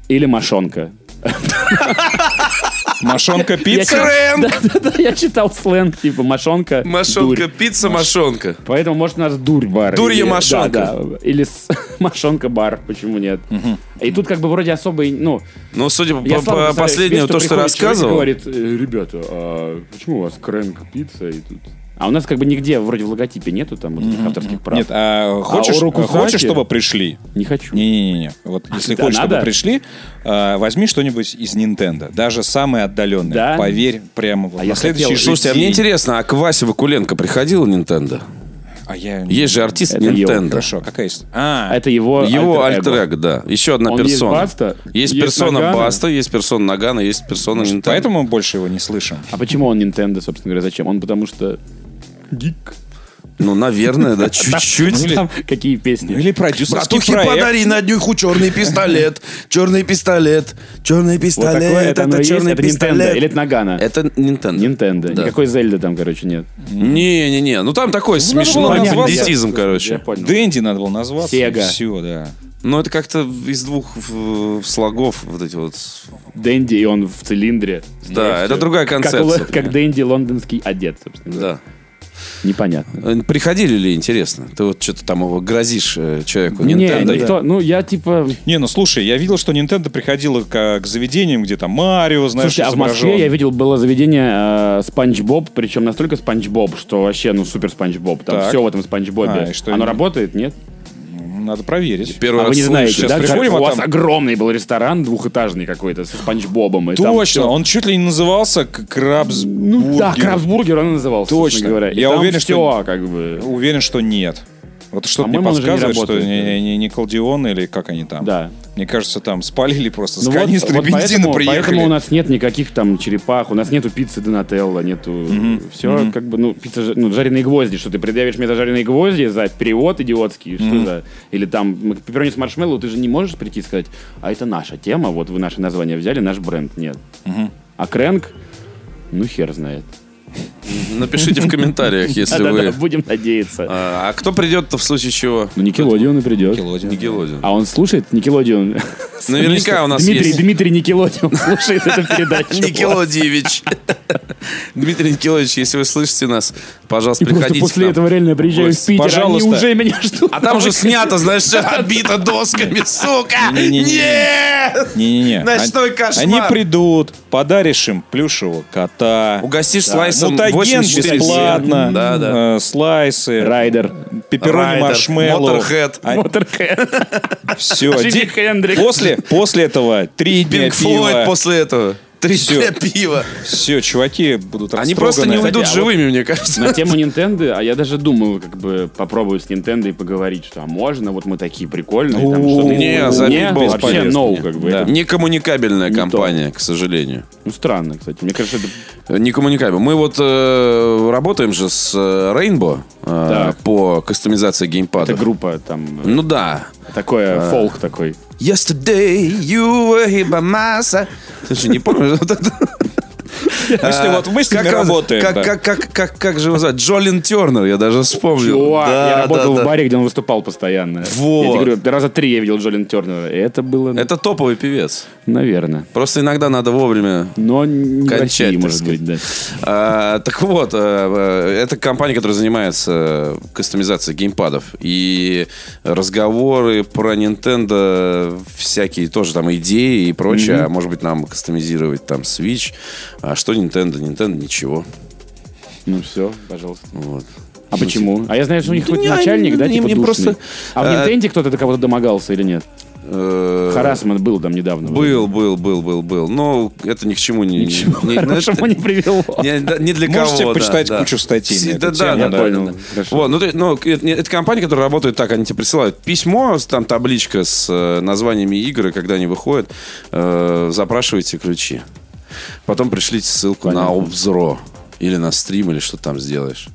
B: или мошонка.
C: Мошонка
B: Я
C: пицца?
B: читал-
A: Крэнк!
B: Да-да-да, я читал сленг, типа мошонка.
A: Машонка,
B: дурь.
A: пицца, мошонка.
B: Поэтому, может, у нас дурь бар.
A: Дурья
B: Или-
A: мошонка.
B: да-да, Или с- мошонка бар, почему нет. И тут как бы вроде особый, ну...
A: Ну, судя по-
B: я
A: по
B: слабо представляю себе,
A: последнему, то, что
B: приходит
A: рассказывал,
B: человек и говорит, «Э, ребята, а почему у вас крэнк пицца и тут... А у нас как бы нигде вроде в логотипе нету там вот этих авторских прав.
C: Нет, а хочешь,
B: у Рокусаки?
C: хочешь, чтобы пришли?
B: Не хочу.
C: Не-не-не. Вот если
B: А, да,
C: хочешь, чтобы
B: надо?
C: пришли, а, возьми что-нибудь из Nintendo. Даже самое отдаленное.
B: Да?
C: Поверь, прямо вот.
B: А
C: на
B: я
C: следующий
B: хотел.
C: же
A: Слушайте, а мне
C: день.
A: интересно, а к Васе Вакуленко приходила Nintendo?
C: А я...
A: Есть же артист
B: Это его,
A: Nintendo.
C: Хорошо, какая есть? А,
B: А Это его
A: Его
B: альтер-эго.
A: альтер да. Еще одна
B: Он есть
A: персона.
B: Баста,
A: Есть
B: есть
A: персона
B: Нагано.
A: Баста, есть персона Нагана, есть персона Nintendo.
C: поэтому мы больше его не слышим.
B: А почему он Nintendo, собственно говоря, зачем? Он потому что... Гик.
A: Ну, наверное, да, чуть-чуть.
C: Ну, Или-
B: Там какие песни?
C: Ну, Или продюсерский
D: Братухи,
C: проект.
D: подари на днюху черный пистолет. Черный пистолет. Черный
B: Вот такое
D: пистолет.
B: оно и
D: Это
B: есть,
D: черный
B: это Nintendo или
D: пистолет.
B: это Нагана?
A: Это Nintendo.
B: Nintendo.
A: Да.
B: Никакой Зельды там, короче, нет.
A: Не-не-не, ну там такой смешной
C: назваться.
A: бандитизм, короче.
B: понял.
C: Дэнди надо было назваться.
B: Сега.
C: Все, да.
A: Ну, это как-то из двух э, слогов вот эти вот.
B: Дэнди, и он в цилиндре.
A: Да, это другая
B: Как, у-
A: концепция.
B: как Дэнди лондонский одет, собственно. говоря.
A: Да.
B: Непонятно.
A: Э, Приходили ли, интересно? Ты вот что-то там его грозишь э, человеку
B: Не,
A: Nintendo.
B: никто- ну я типа...
C: Не, ну слушай, я видел, что Nintendo приходила к, к заведениям, где там Марио, знаешь,
B: Слушайте, а в Москве
C: изображен.
B: я видел было заведение э, Спанч Боб, причем настолько Спанч Боб, что вообще, ну, супер Спанч Боб. Там
C: Так.
B: все в этом Спанч Бобе.
C: А, и что
B: Оно
C: они-
B: работает, нет?
C: Ну, Надо проверить.
A: Первый
B: а
A: раз
B: вы не
A: слышу.
B: знаете,
C: сейчас
B: да?
C: приходим,
B: как
C: а
B: у вас
C: там-
B: огромный был ресторан двухэтажный какой-то со Спанч Бобом. и там
C: Точно,
B: всё-
C: он чуть ли не назывался к- Крабс.
B: Ну да, Крабсбургер он и назывался,
C: Точно.
B: собственно говоря. И
C: Я
B: там
C: уверен, что-
B: всё, как бы...
C: Уверен, что нет. Вот что-то мне
B: По-моему, он уже не
C: подсказывает, что
B: работает,
C: не,
B: да.
C: не, не Калдион или как они там.
B: Да.
C: Мне кажется, там спалили просто с
B: Ну вот-
C: канистры
B: вот
C: бензина
B: поэтому,
C: приехали.
B: поэтому у нас нет никаких там черепах, у нас нету пиццы Донателло, нету... Все как бы, ну, пицца, ж- ну, жареные гвозди, что ты предъявишь мне за жареные гвозди, за перевод идиотский, что за... Или там м- пепперони с маршмеллоу, ты же не можешь прийти и сказать, а это наша тема, вот вы наше название взяли, наш бренд, нет. А Крэнк, ну, хер знает.
A: Напишите в комментариях, если
B: Да-да-да,
A: вы...
B: будем надеяться.
A: А а кто придет-то в случае чего?
B: Ну, Никелодион и придет.
C: Nickelodeon.
A: Никелодион.
B: А он слушает Никелодион?
A: Наверняка у нас
B: Дмитрий,
A: есть...
B: Дмитрий Никелодион слушает эту передачу.
A: Никелодиевич. Дмитрий Никелодиевич, если вы слышите нас, пожалуйста,
B: И просто
A: приходите к
B: после
A: нам.
B: этого реально я приезжаю в
C: Гость,
B: Питер,
C: пожалуйста.
B: они уже меня ждут.
A: А там же снято, знаешь, всё отбито досками, сука!
C: Не-не-не.
A: Нет!
C: Не-не-не.
A: Ночной
C: Они-
A: кошмар.
C: Они придут, подаришь им плюшевого кота.
A: Угостишь
C: Да.
A: слайсом
C: Мутаген
A: 84
C: бесплатно.
A: Да, да.
C: э, слайсы.
B: Райдер.
C: Пепперони
A: Райдер,
C: маршмеллоу.
A: Motorhead.
B: Motorhead.
C: Все.
B: Джимми Хендрикс.
C: После, после этого три дня
A: Пинк Флойд
C: пива.
A: после этого. Три
C: Всё.
A: дня пива.
C: Все, чуваки будут
A: Они просто не
C: растроганы.
A: уйдут
B: а вот-
A: живыми, мне кажется.
B: На тему Nintendo, а я даже думал, как бы попробовать с Nintendo и поговорить, что а можно, вот мы такие прикольные, там что-то.
A: не,
B: Не,
A: забей бог,
B: вообще
A: полезно.
B: ноу, как бы.
A: Да.
B: это,
A: Некоммуникабельная
B: то.
A: компания, к сожалению.
B: Ну, странно, кстати. Мне кажется, это
A: Некоммуникабельная. Мы вот э, работаем же с э, Rainbow э,
B: Так.
A: по кастомизации
B: это
A: геймпада.
B: группа, там,
A: Ну да.
B: такое, фолк такой.
A: Yesterday you were here by my side. Слушай, не помню. вот это.
C: Мысли,
A: А,
C: вот мыслями
A: как он-
C: работаем.
A: Как,
C: да.
A: как, как, как, как же его звать? Джолин Тернер, я даже вспомнил.
B: Чувак, я
A: Да,
B: работал
A: да, да.
B: в баре, где он выступал постоянно.
A: Вот.
B: Я тебе говорю, раза три я видел Джолин Тернера. И это было,
A: Это топовый певец.
B: наверное.
A: Просто иногда надо вовремя
B: Но не в
A: Кончать,
B: России,
A: так
B: может
A: сказать.
B: быть, да.
A: А, так вот, э, э, это компания, которая занимается кастомизацией геймпадов. И разговоры про Nintendo всякие тоже там идеи и прочее. А может быть, нам кастомизировать там Switch. А что Nintendo? Nintendo ничего.
B: Ну все, пожалуйста.
A: Вот.
B: А почему? А я знаю, что у них
A: Да
B: какой-то
A: не,
B: начальник,
A: они-
B: да,
A: они
B: типа
A: мне
B: душный.
A: просто-
B: А в
A: А-
B: Nintendo кто-то до кого-то домогался или нет?
A: Э,
B: Харасман был там недавно.
A: Был, был, был, был, был. Но это ни к чему не...
B: Ничего
A: не- ну,
B: хорошего
A: это-
B: не привело.
A: Не, да, не для
C: Можете
A: кого. да,
C: почитать
A: да.
C: кучу статей на
A: Все-
C: эту
A: Да, да,
C: тему,
A: да,
B: я
A: да,
B: понял.
A: да.
B: Хорошо.
A: Вот, ну, ты- ну, это, не- это компания, которая работает так, они тебе присылают письмо, с- там табличка с э, названиями игр, и когда они выходят, э, запрашивайте ключи. Потом пришлите ссылку на
B: Понятно.
A: Обзро. или на стрим, или что там сделаешь.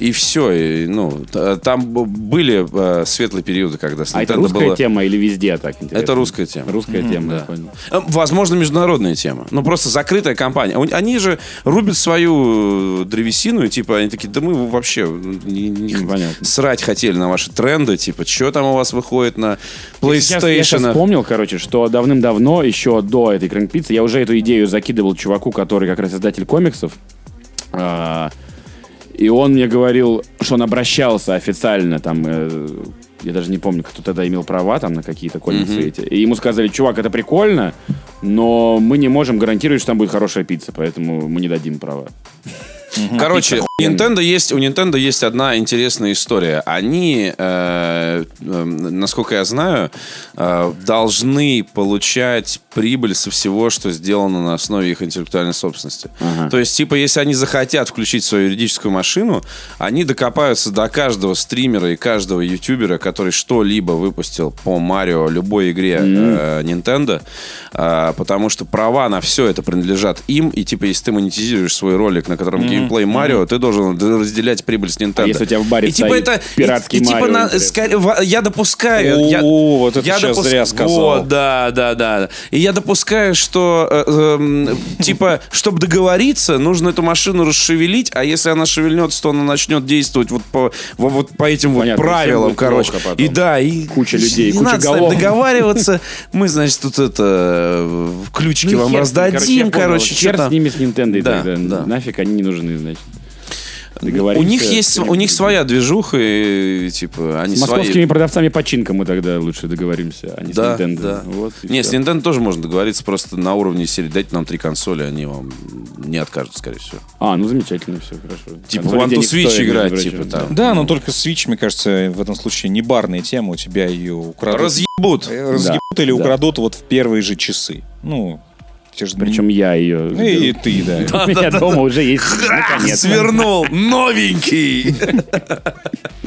A: И все. И, ну, т- там б- были э, светлые периоды, когда с
B: А это
A: Nintendo
B: русская
A: было...
B: тема или везде так? интересно?
A: Это русская тема.
B: Русская тема, я понял.
A: Э, Возможно, международная тема. Ну, просто закрытая компания. Он- Они же рубят свою э, древесину, и типа, они такие, да мы вообще м, не, не х-
B: Понятно.
A: срать хотели на ваши тренды, типа, что там у вас выходит на
B: Сейчас я сейчас
A: PlayStation.
B: вспомнил, короче, что давным-давно, еще до этой Крэнк Пиццы, я уже эту идею закидывал чуваку, который как раз издатель комиксов. А, И он мне говорил, что он обращался официально там... э, Я даже не помню, кто тогда имел права там на какие-то комиксы эти. И ему сказали, чувак, это прикольно, но мы не можем гарантировать, что там будет хорошая пицца, поэтому мы не дадим права.
A: Короче, у Nintendo, есть, у Nintendo есть одна интересная история. Они, э, э, насколько я знаю, э, должны получать прибыль со всего, что сделано на основе их интеллектуальной собственности. То есть, типа, если они захотят включить свою юридическую машину, они докопаются до каждого стримера и каждого ютубера, который что-либо выпустил по Марио, любой игре э, Nintendo, э, потому что права на все это принадлежат им, и, типа, если ты монетизируешь свой ролик, на котором геймплей Марио, ты должен д- разделять прибыль с Nintendo.
B: А если у тебя в баре
A: и, типа,
B: стоит
A: это, и-
B: пиратский
A: и, типа,
B: Марио,
A: на-
B: интересно.
A: скорее, ва- я допускаю... я,
C: О, вот это сейчас
A: допуск-
C: зря сказал.
A: Вот, да, да, да. И я допускаю, что э, эм, типа, чтобы договориться, нужно эту машину расшевелить, а если она шевельнется, то она начнет действовать вот по во- вот по этим вот
B: Понятно, всем
A: правилам,
B: будет
A: короче.
B: плохо потом.
A: И да, и
B: Куча людей,
A: не
B: куча
A: надо с нами
B: голов.
A: договариваться. Мы, значит, тут это э, ключики вам
B: Ну, хер с ним,
A: раздадим,
B: я понял.
A: короче, чё
B: Хер с
A: там.
B: ними, с Nintendo и
A: Да,
B: так далее.
A: да.
B: Нафиг они не нужны, значит.
A: У них
B: Договоримся,
A: есть, у
B: кто-нибудь
A: них своя движуха, и, типа, они
B: С московскими
A: свои.
B: продавцами починка мы тогда лучше договоримся, а не
A: Да,
B: с Nintendo.
A: да.
B: Вот, и
A: Не,
B: всё.
A: с Nintendo тоже можно договориться, просто на уровне серии дайте нам три консоли, они вам не откажут, скорее всего.
B: А, ну замечательно, все, хорошо.
A: Типа
B: Консоли
A: One to
B: денег стоят,
A: Switch
B: между
A: играть,
B: прочим,
A: типа
B: да.
A: там.
C: Да, но только Switch, мне кажется, в этом случае не барная тема, у тебя ее украдут.
A: Разъебут.
C: Э, разъебут или
B: да.
C: украдут вот в первые же часы. Ну, те же...
B: Причем я ее...
C: Ну, и ты, да.
B: У меня дома уже есть.
A: Ах,
B: наконец-то.
A: свернул, новенький.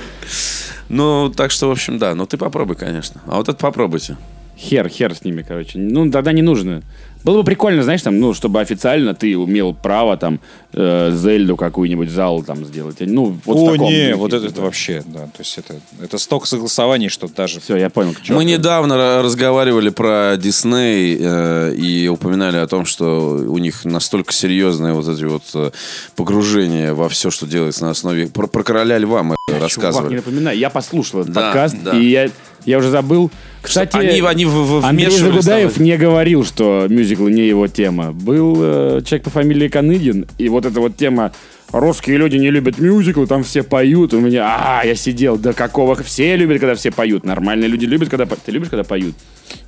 A: Ну, так что, в общем, да. Ну, ты попробуй, конечно. А вот это попробуйте.
B: Хер, хер с ними, короче. Ну, тогда не нужно. Было бы прикольно, знаешь, там, ну, чтобы официально ты имел право там э, Зельду какую-нибудь зал там сделать. Ну, вот в
C: О,
B: таком
C: не,
B: духе,
C: вот это,
B: типа.
C: это вообще, да. То есть это, это столько согласований, что даже...
B: Все, я понял. к чёрту.
A: Мы недавно ра- разговаривали про Дисней э, и упоминали о том, что у них настолько серьезное вот эти вот э, погружение во все, что делается на основе... Про, про короля льва мы
B: Чувак, не
A: рассказывали.
B: напоминай, я послушал этот
A: Да,
B: подкаст,
A: да.
B: и я, я уже забыл. Кстати,
A: Они, они в- в-
B: Андрей
A: вмешивались там.
B: Загудаев А не говорил, что мюзиклы не его тема. Был э, человек по фамилии Каныгин, и вот эта вот тема «Русские люди не любят мюзиклы, там все поют». У меня, а, я сидел, да какого... Все любят, когда все поют. Нормальные люди любят, когда... по- Ты любишь, когда поют?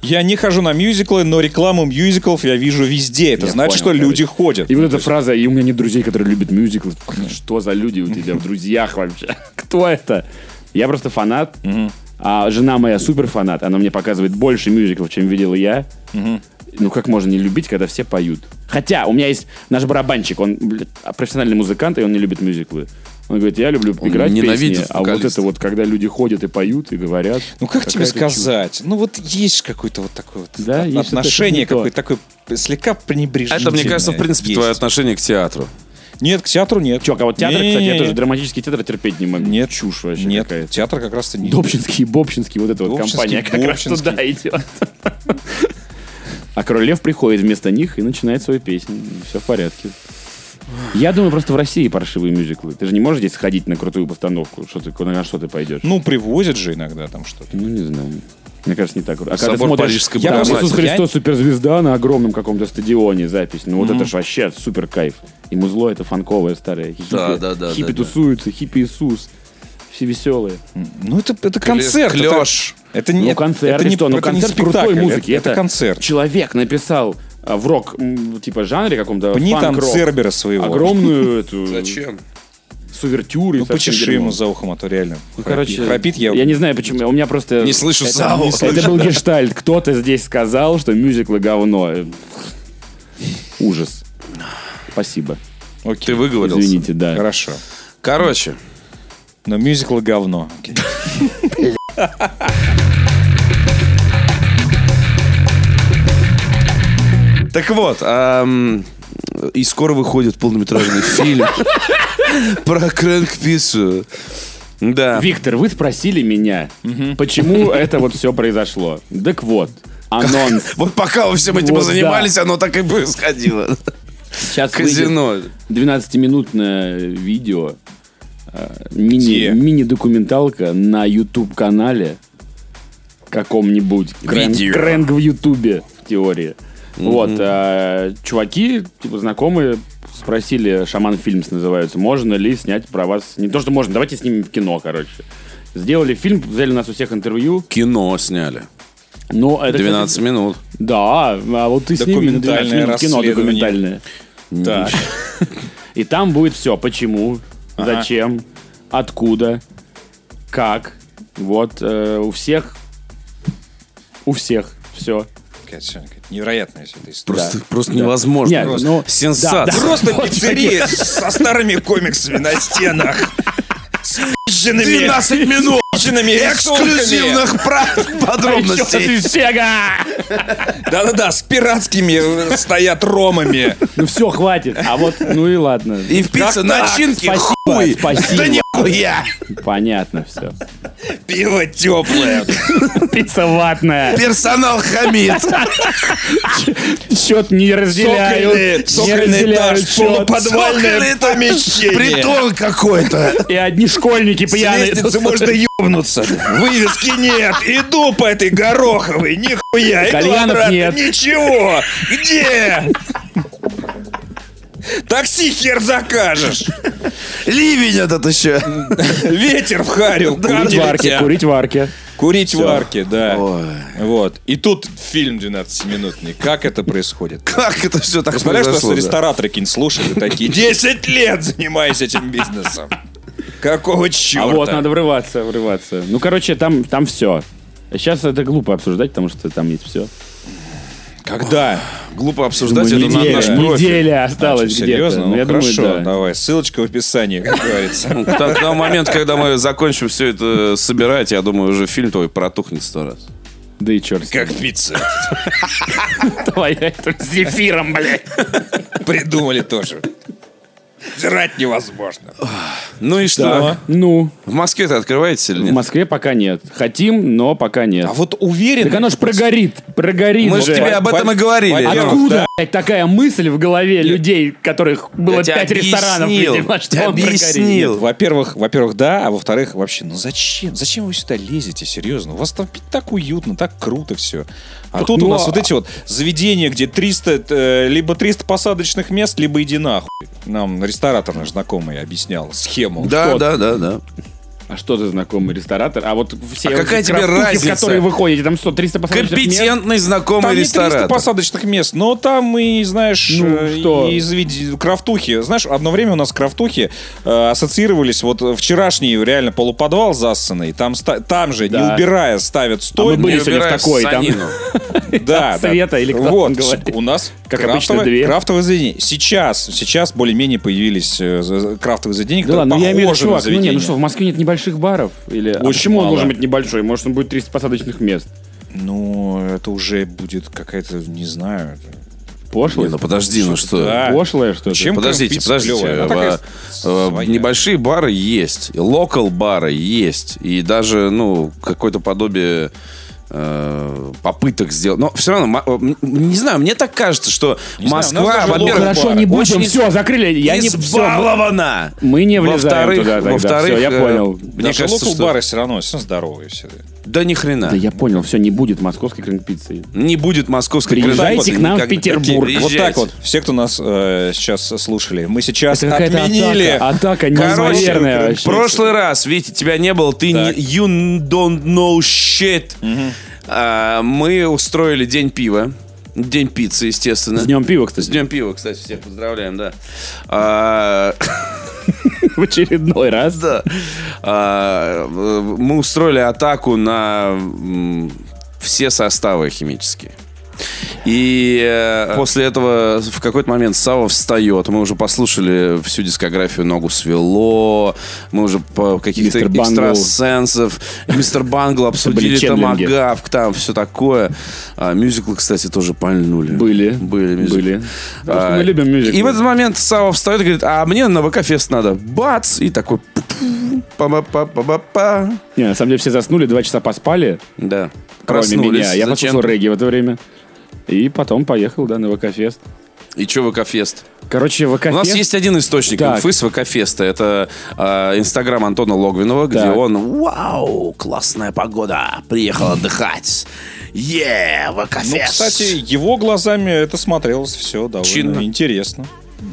C: Я не хожу на мюзиклы, но рекламу мюзиклов я вижу везде. Это
B: Я
C: значит,
B: понял,
C: что люди
B: короче.
C: ходят.
B: И вот эта фраза «И у меня нет друзей, которые любят мюзиклы». Что за люди у тебя в друзьях вообще? Кто это? Я просто фанат. А жена моя супер фанат. Она мне показывает больше мюзиклов, чем видел я. Ну как можно не любить, когда все поют? Хотя у меня есть наш барабанщик, он блядь, профессиональный музыкант, и он не любит мюзиклы. Он говорит, я люблю
A: Он
B: играть песни,
A: ненавидит
B: а вот
A: вокалистов.
B: это вот, когда люди ходят и поют, и говорят.
C: Ну как тебе
B: какая-то
C: сказать? Ну вот есть какое-то вот такое вот
B: Да,
C: от-
B: есть что-то
C: отношение
B: не то.
C: какое-то такое слегка пренебрежительное.
A: Это, мне кажется, в принципе,
C: Есть.
A: твое отношение к театру.
C: Нет, к театру нет.
B: Чувак, а вот театр,
C: Не-не-не.
B: кстати, я тоже драматический театр терпеть не могу.
C: Нет.
B: Чушь вообще
C: Нет,
B: какая-то.
C: театр как раз-то не...
B: Добчинский, Бобчинский, вот эта вот
C: Добчинский,
B: компания как раз
C: Бобчинский.
B: туда идет. А Король Лев приходит вместо них и начинает свою песню. Все в порядке. Я думаю, просто в России паршивые мюзиклы. Ты же не можешь здесь сходить на крутую постановку, что ты, на что ты пойдешь.
C: Ну, привозят же иногда там что-то.
B: Ну, не знаю. Мне кажется, не так круто. А когда ты
A: Собор
B: смотришь,
A: Парижской
C: Я
B: там
C: просто-
A: Богоматери.
B: Иисус Христос суперзвезда на огромном каком-то стадионе запись. Ну вот это ж вообще супер кайф. И музло это фанковое старое. Хиппи,
A: Да, да, да,
B: хиппи
A: да, да.
B: тусуются, хиппи Иисус. Все веселые.
C: Ну, это, это концерт. это-
A: Клёш.
C: Это, не,
B: ну, концерт,
C: это не,
B: что? Ну,
C: это не
B: концерт
C: спектакль,
B: крутой музыки.
C: Это, это концерт.
B: Человек написал а, в рок, м, типа, жанре каком-то,
C: Пни там
B: фанк-рок,
C: Цербера своего.
B: огромную эту... Сувертюру. и
C: Ну,
B: совсем
C: почеши
B: дерьмо.
C: ему за ухом, а то реально.
B: Ну,
C: храпит.
B: короче,
C: храпит я...
B: не знаю, почему. У меня просто...
A: Не слышу
B: это,
A: сау.
B: Это был гештальт. Кто-то здесь сказал, что мюзиклы говно. Э, Ужас. Спасибо.
C: Окей,
A: Ты выговорился.
B: Извините, да.
C: Хорошо.
A: Короче,
C: Но мюзиклы говно. Окей.
A: так вот, ам, э, И скоро выходит полнометражный фильм про крэнк-пиццу. Да.
B: Виктор, вы спросили меня, почему это вот все произошло. Так вот, анонс.
A: Вот пока вы всем этим
B: Вот,
A: и занимались, оно так и происходило.
B: Сейчас выйдет
A: Казино.
B: 12-минутное видео, э, мини-
C: Где?
B: мини-документалка на YouTube-канале каком-нибудь. Крэнк,
A: Видео.
B: крэнк в Ютубе, в теории. Вот, э, чуваки, типа, знакомые, спросили, Шаман Фильмс называются, можно ли снять про вас... Не то, что можно, давайте снимем в кино, короче. Сделали фильм, взяли у нас у всех интервью.
A: Кино сняли.
B: Но это, кстати,
A: 12 минут.
B: да, а вот ты с ними на 12
C: Документальное
B: минут кино
C: расследование.
B: документальное.
C: Так.
B: И там будет все. Почему, зачем, откуда, как. Вот э, у всех, у всех все.
C: Конечно, какая-то Невероятная вся эта история.
A: Просто, просто невозможно.
B: Нет,
A: Просто
B: ну,
A: Сенсация.
B: да, да.
C: Просто пиццерия со старыми комиксами на стенах. С пизженными
A: 12 минут
C: пизженными рисунками.
A: эксклюзивных про- подробностей.
C: Да-да-да, с пиратскими э, стоят ромами.
B: Ну все, хватит. А вот, ну и ладно.
A: И в пицце начинки
B: Спасибо,
A: хуй.
B: спасибо.
A: Да нихуя.
B: Понятно все.
C: Пиво теплое.
B: Пицца ватная.
A: Персонал хамит.
B: Счет не разделяют. Не разделяют счет.
C: полуподвальное помещение.
A: Притон какой-то.
B: И одни школьники пьяные.
C: С лестницы можно ебнуться. Вывески нет. Иду по этой гороховой. Нихуя. Иду
B: Кальянов
C: обратно.
B: нет.
C: Ничего. Где? Такси хер закажешь.
A: Ливень этот еще.
C: Ветер в харю.
B: Курить
C: камни
B: варки,
C: летят.
B: курить варки.
C: Курить варки, да.
A: Ой.
C: Вот. И тут фильм 12-минутный. Как это происходит?
A: Как это все так
C: Представляешь,
A: произошло?
C: просто
A: да?
C: рестораторы кинь слушали такие. 10 лет занимаюсь этим бизнесом. Какого
B: А
C: черта?
B: вот, надо врываться, врываться. Ну, короче, там, там все. Сейчас это глупо обсуждать, потому что там есть все.
C: Когда?
A: Глупо обсуждать это на
B: Ну, неделя,
A: наш профиль.
B: неделя осталась где-то.
C: Серьезно? Ну,
B: я думаю,
C: хорошо,
B: да.
C: давай. Ссылочка в описании, как говорится.
A: К тому- к тому моменту, когда мы закончим все это собирать, я думаю, уже фильм твой протухнет сто раз.
B: Да и черт.
C: Как пицца.
B: твоя это с зефиром, блядь.
C: Придумали тоже. Жрать невозможно.
A: Ну и что?
B: Ну,
A: В Москве-то открываете или
B: в
A: нет?
B: Москве пока нет. Хотим, но пока нет.
C: А вот уверен...
B: так оно ж прогорит, прогорит
A: Мы же
B: же.
A: тебе об этом и говорили.
C: Во-первых,
B: Откуда,
C: да.
B: блядь, такая мысль в голове людей, которых было
A: Я тебе
B: пять ресторанов,
A: объяснил,
B: видимо, что
A: я
B: он прогорит?
A: объяснил.
C: Во-первых, во-первых, да, а во-вторых, вообще, ну зачем? Зачем вы сюда лезете, серьезно? У вас там так уютно, так круто все. А тут
B: ну,
C: у нас
B: а-
C: вот эти вот заведения, где 300, э, либо 300 посадочных мест, либо иди нахуй. Нам ресторатор наш знакомый объяснял схему.
A: Да,
B: Что?
A: да, да, да.
B: А что за знакомый ресторатор? А вот все
A: А
B: вот
A: какая
B: эти
A: тебе
B: красотки,
A: разница?
B: в которые вы ходите, там что, 300 посадочных мест?
A: Компетентный
C: Там
A: знакомый
C: не 300
A: ресторатор.
C: посадочных мест, но там и, знаешь,
B: Ну,
C: э,
B: что?
C: и заведи- крафтухи. Знаешь, одно время у нас крафтухи э, ассоциировались, вот вчерашний реально полуподвал засанный, там, ста- там же, не
B: Да. А
C: убирая, ставят
B: Мы
C: столик.
B: были сегодня в такой, там
A: санину.
C: Да, да.
B: Света или кто там
C: вот,
B: говорит.
C: У нас
B: Как
C: крафтовые-
B: обычно, две.
C: крафтовые заведения. Сейчас, сейчас более-менее появились э, за- за- крафтовые заведения,
B: Да
C: которые
B: ладно, ну я имею в виду,
C: похожи на
B: чувак, ну
C: заведения.
B: не, ну что, в Москве нет небольших баров? Или... а
C: Очень
B: почему он
C: мало.
B: должен быть небольшой? Может, он будет 300 посадочных мест?
C: Ну, это уже будет какая-то, не знаю.
A: Не,
B: Пошлое?
A: ну подожди, ну что?
C: Да.
B: Пошлое что-то?
C: Чем
A: Подождите,
C: пицца
A: подождите.
C: клёвая? Она
A: э,
C: такая
A: ба- э,
C: своя.
A: Небольшие бары есть, локал-бары есть, и даже, ну, какое-то подобие э, попыток сделать. Но все равно, ма- э, м- не знаю, мне так кажется, что
C: знаю, у нас
A: Москва,
C: даже
B: Ну,
A: во-первых,
B: хорошо,
C: бар.
B: не будем,
A: очень
B: все, закрыли. Я не... всё, мы-
A: избалована.
B: мы не влезаем
A: Во-вторых,
B: туда тогда.
A: во-вторых,
B: Всё, я
A: э,
B: понял.
A: Мне
C: Даже
A: кажется, что-
C: локал-бары все равно, все здоровые все.
A: Да ни хрена.
B: Да я понял, все, не будет московской крынк-пиццы.
A: Не будет московской гражданки
B: Приезжайте к нам в
A: никогда.
B: Петербург.
A: Окей,
C: Вот так
A: приезжайте.
C: вот. Все, кто нас э, сейчас слушали, мы сейчас
B: Это какая-то
C: отменили.
B: атака, атака
A: Короче,
B: неимоверная
A: в
B: вообще.
A: прошлый раз, Витя, тебя не было, ты не,
C: Так.
A: you don't know shit. А, мы устроили день пива, день пиццы, естественно.
B: С днем пива,
A: С
B: кстати,
A: днем пива, кстати, всех поздравляем, да. А,
B: в очередной раз.
A: да. А, э, мы устроили атаку на м, все составы химические. И э, после этого в какой-то момент Сава встает. Мы уже послушали всю дискографию «Ногу свело», мы уже по каких-то
B: Мистер Бангл.
A: экстрасенсов, мистер Бангл обсудили,
B: были чендлинги.
A: Томагавк, там все такое. А, мюзиклы, кстати, тоже пальнули.
B: Были.
A: Были мюзиклы.
B: Были. Потому что
A: А,
B: мы любим мюзиклы.
A: И в этот момент Сава встает и говорит, а мне на ВК-фест надо. Бац! И такой... па-па-па-па-па.
B: Не, на самом деле все заснули, два часа поспали,
A: Да.
B: кроме
A: Проснулись
B: меня. Я послушал
A: зачем-то.
B: регги в это время. И потом поехал, да, на ВК-фест.
A: И что ВК-фест?
B: Короче, ВК-фест...
A: У нас есть один источник
B: Так.
A: инфы с ВК-феста. Это э, Инстаграм Антона Логвинова, где
B: Так.
A: он «Вау, классная погода, приехал отдыхать. Е,
C: Ну,
A: ВК-фест».
C: кстати, его глазами это смотрелось все довольно
A: Чинно.
C: интересно.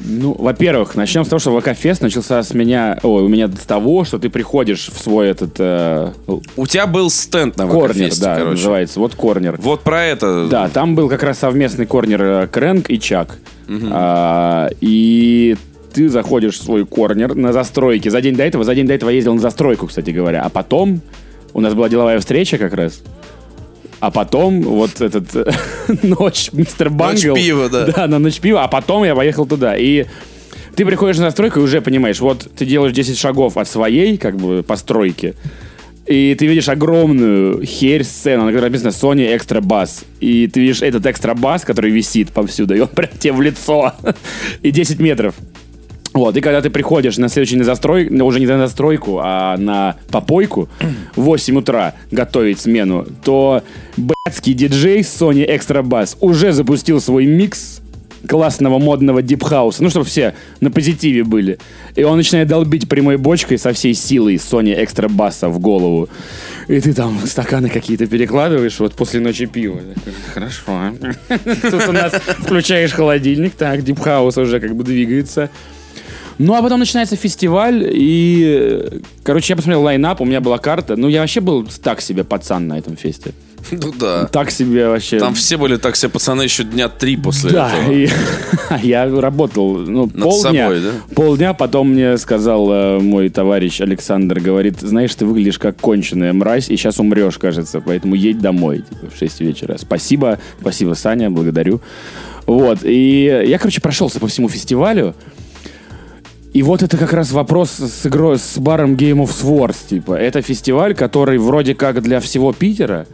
B: Ну, во-первых, начнем с того, что ВК-фест начался с меня... Ой, у меня с того, что ты приходишь в свой этот... э, л-
A: У тебя был стенд на
B: корнер,
A: ВК-фесте,
B: да,
A: короче.
B: называется. Вот корнер.
A: Вот про это.
B: Да, там был как раз совместный корнер э, Крэнк и Чак. А, и ты заходишь в свой корнер на застройке. За день до этого, за день до этого я ездил на застройку, кстати говоря. А потом у нас была деловая встреча как раз. А потом вот этот э, ночь мистер Бангл.
A: пива, да.
B: Да, на ночь пива. А потом я поехал туда. И ты приходишь на застройку и уже понимаешь, вот ты делаешь 10 шагов от своей, как бы, постройки, и ты видишь огромную херь сцену, на которой написано Sony Extra Bass. И ты видишь этот экстра бас, который висит повсюду, и он прям тебе в лицо. И 10 метров. Вот, и когда ты приходишь на следующий на застрой, ну, уже не на застройку, а на попойку в 8 утра готовить смену, то блядский диджей Sony Extra Bass уже запустил свой микс классного модного дипхауса, ну, чтобы все на позитиве были. И он начинает долбить прямой бочкой со всей силой Sony Extra Bass в голову. И ты там стаканы какие-то перекладываешь вот после ночи пива. Хорошо. Тут у нас включаешь холодильник, так, дипхаус уже как бы двигается. Ну, а потом начинается фестиваль, и... э, Короче, я посмотрел лайнап, у меня была карта. Ну, я вообще был так себе пацан на этом фесте.
A: Ну да.
B: Так себе вообще...
A: Там все были так себе пацаны еще дня три после
B: да,
A: этого.
B: и я работал, ну, полдня,
A: собой, да?
B: полдня, потом мне сказал э, мой товарищ Александр, говорит, знаешь, ты выглядишь как конченая мразь, и сейчас умрешь, кажется, поэтому едь домой, типа, в 6 вечера. Спасибо, спасибо, Саня, благодарю. Вот, и я, короче, прошелся по всему фестивалю, и вот это как раз вопрос с игрой, с баром Game of Swords, типа. Это фестиваль, который вроде как для всего Питера,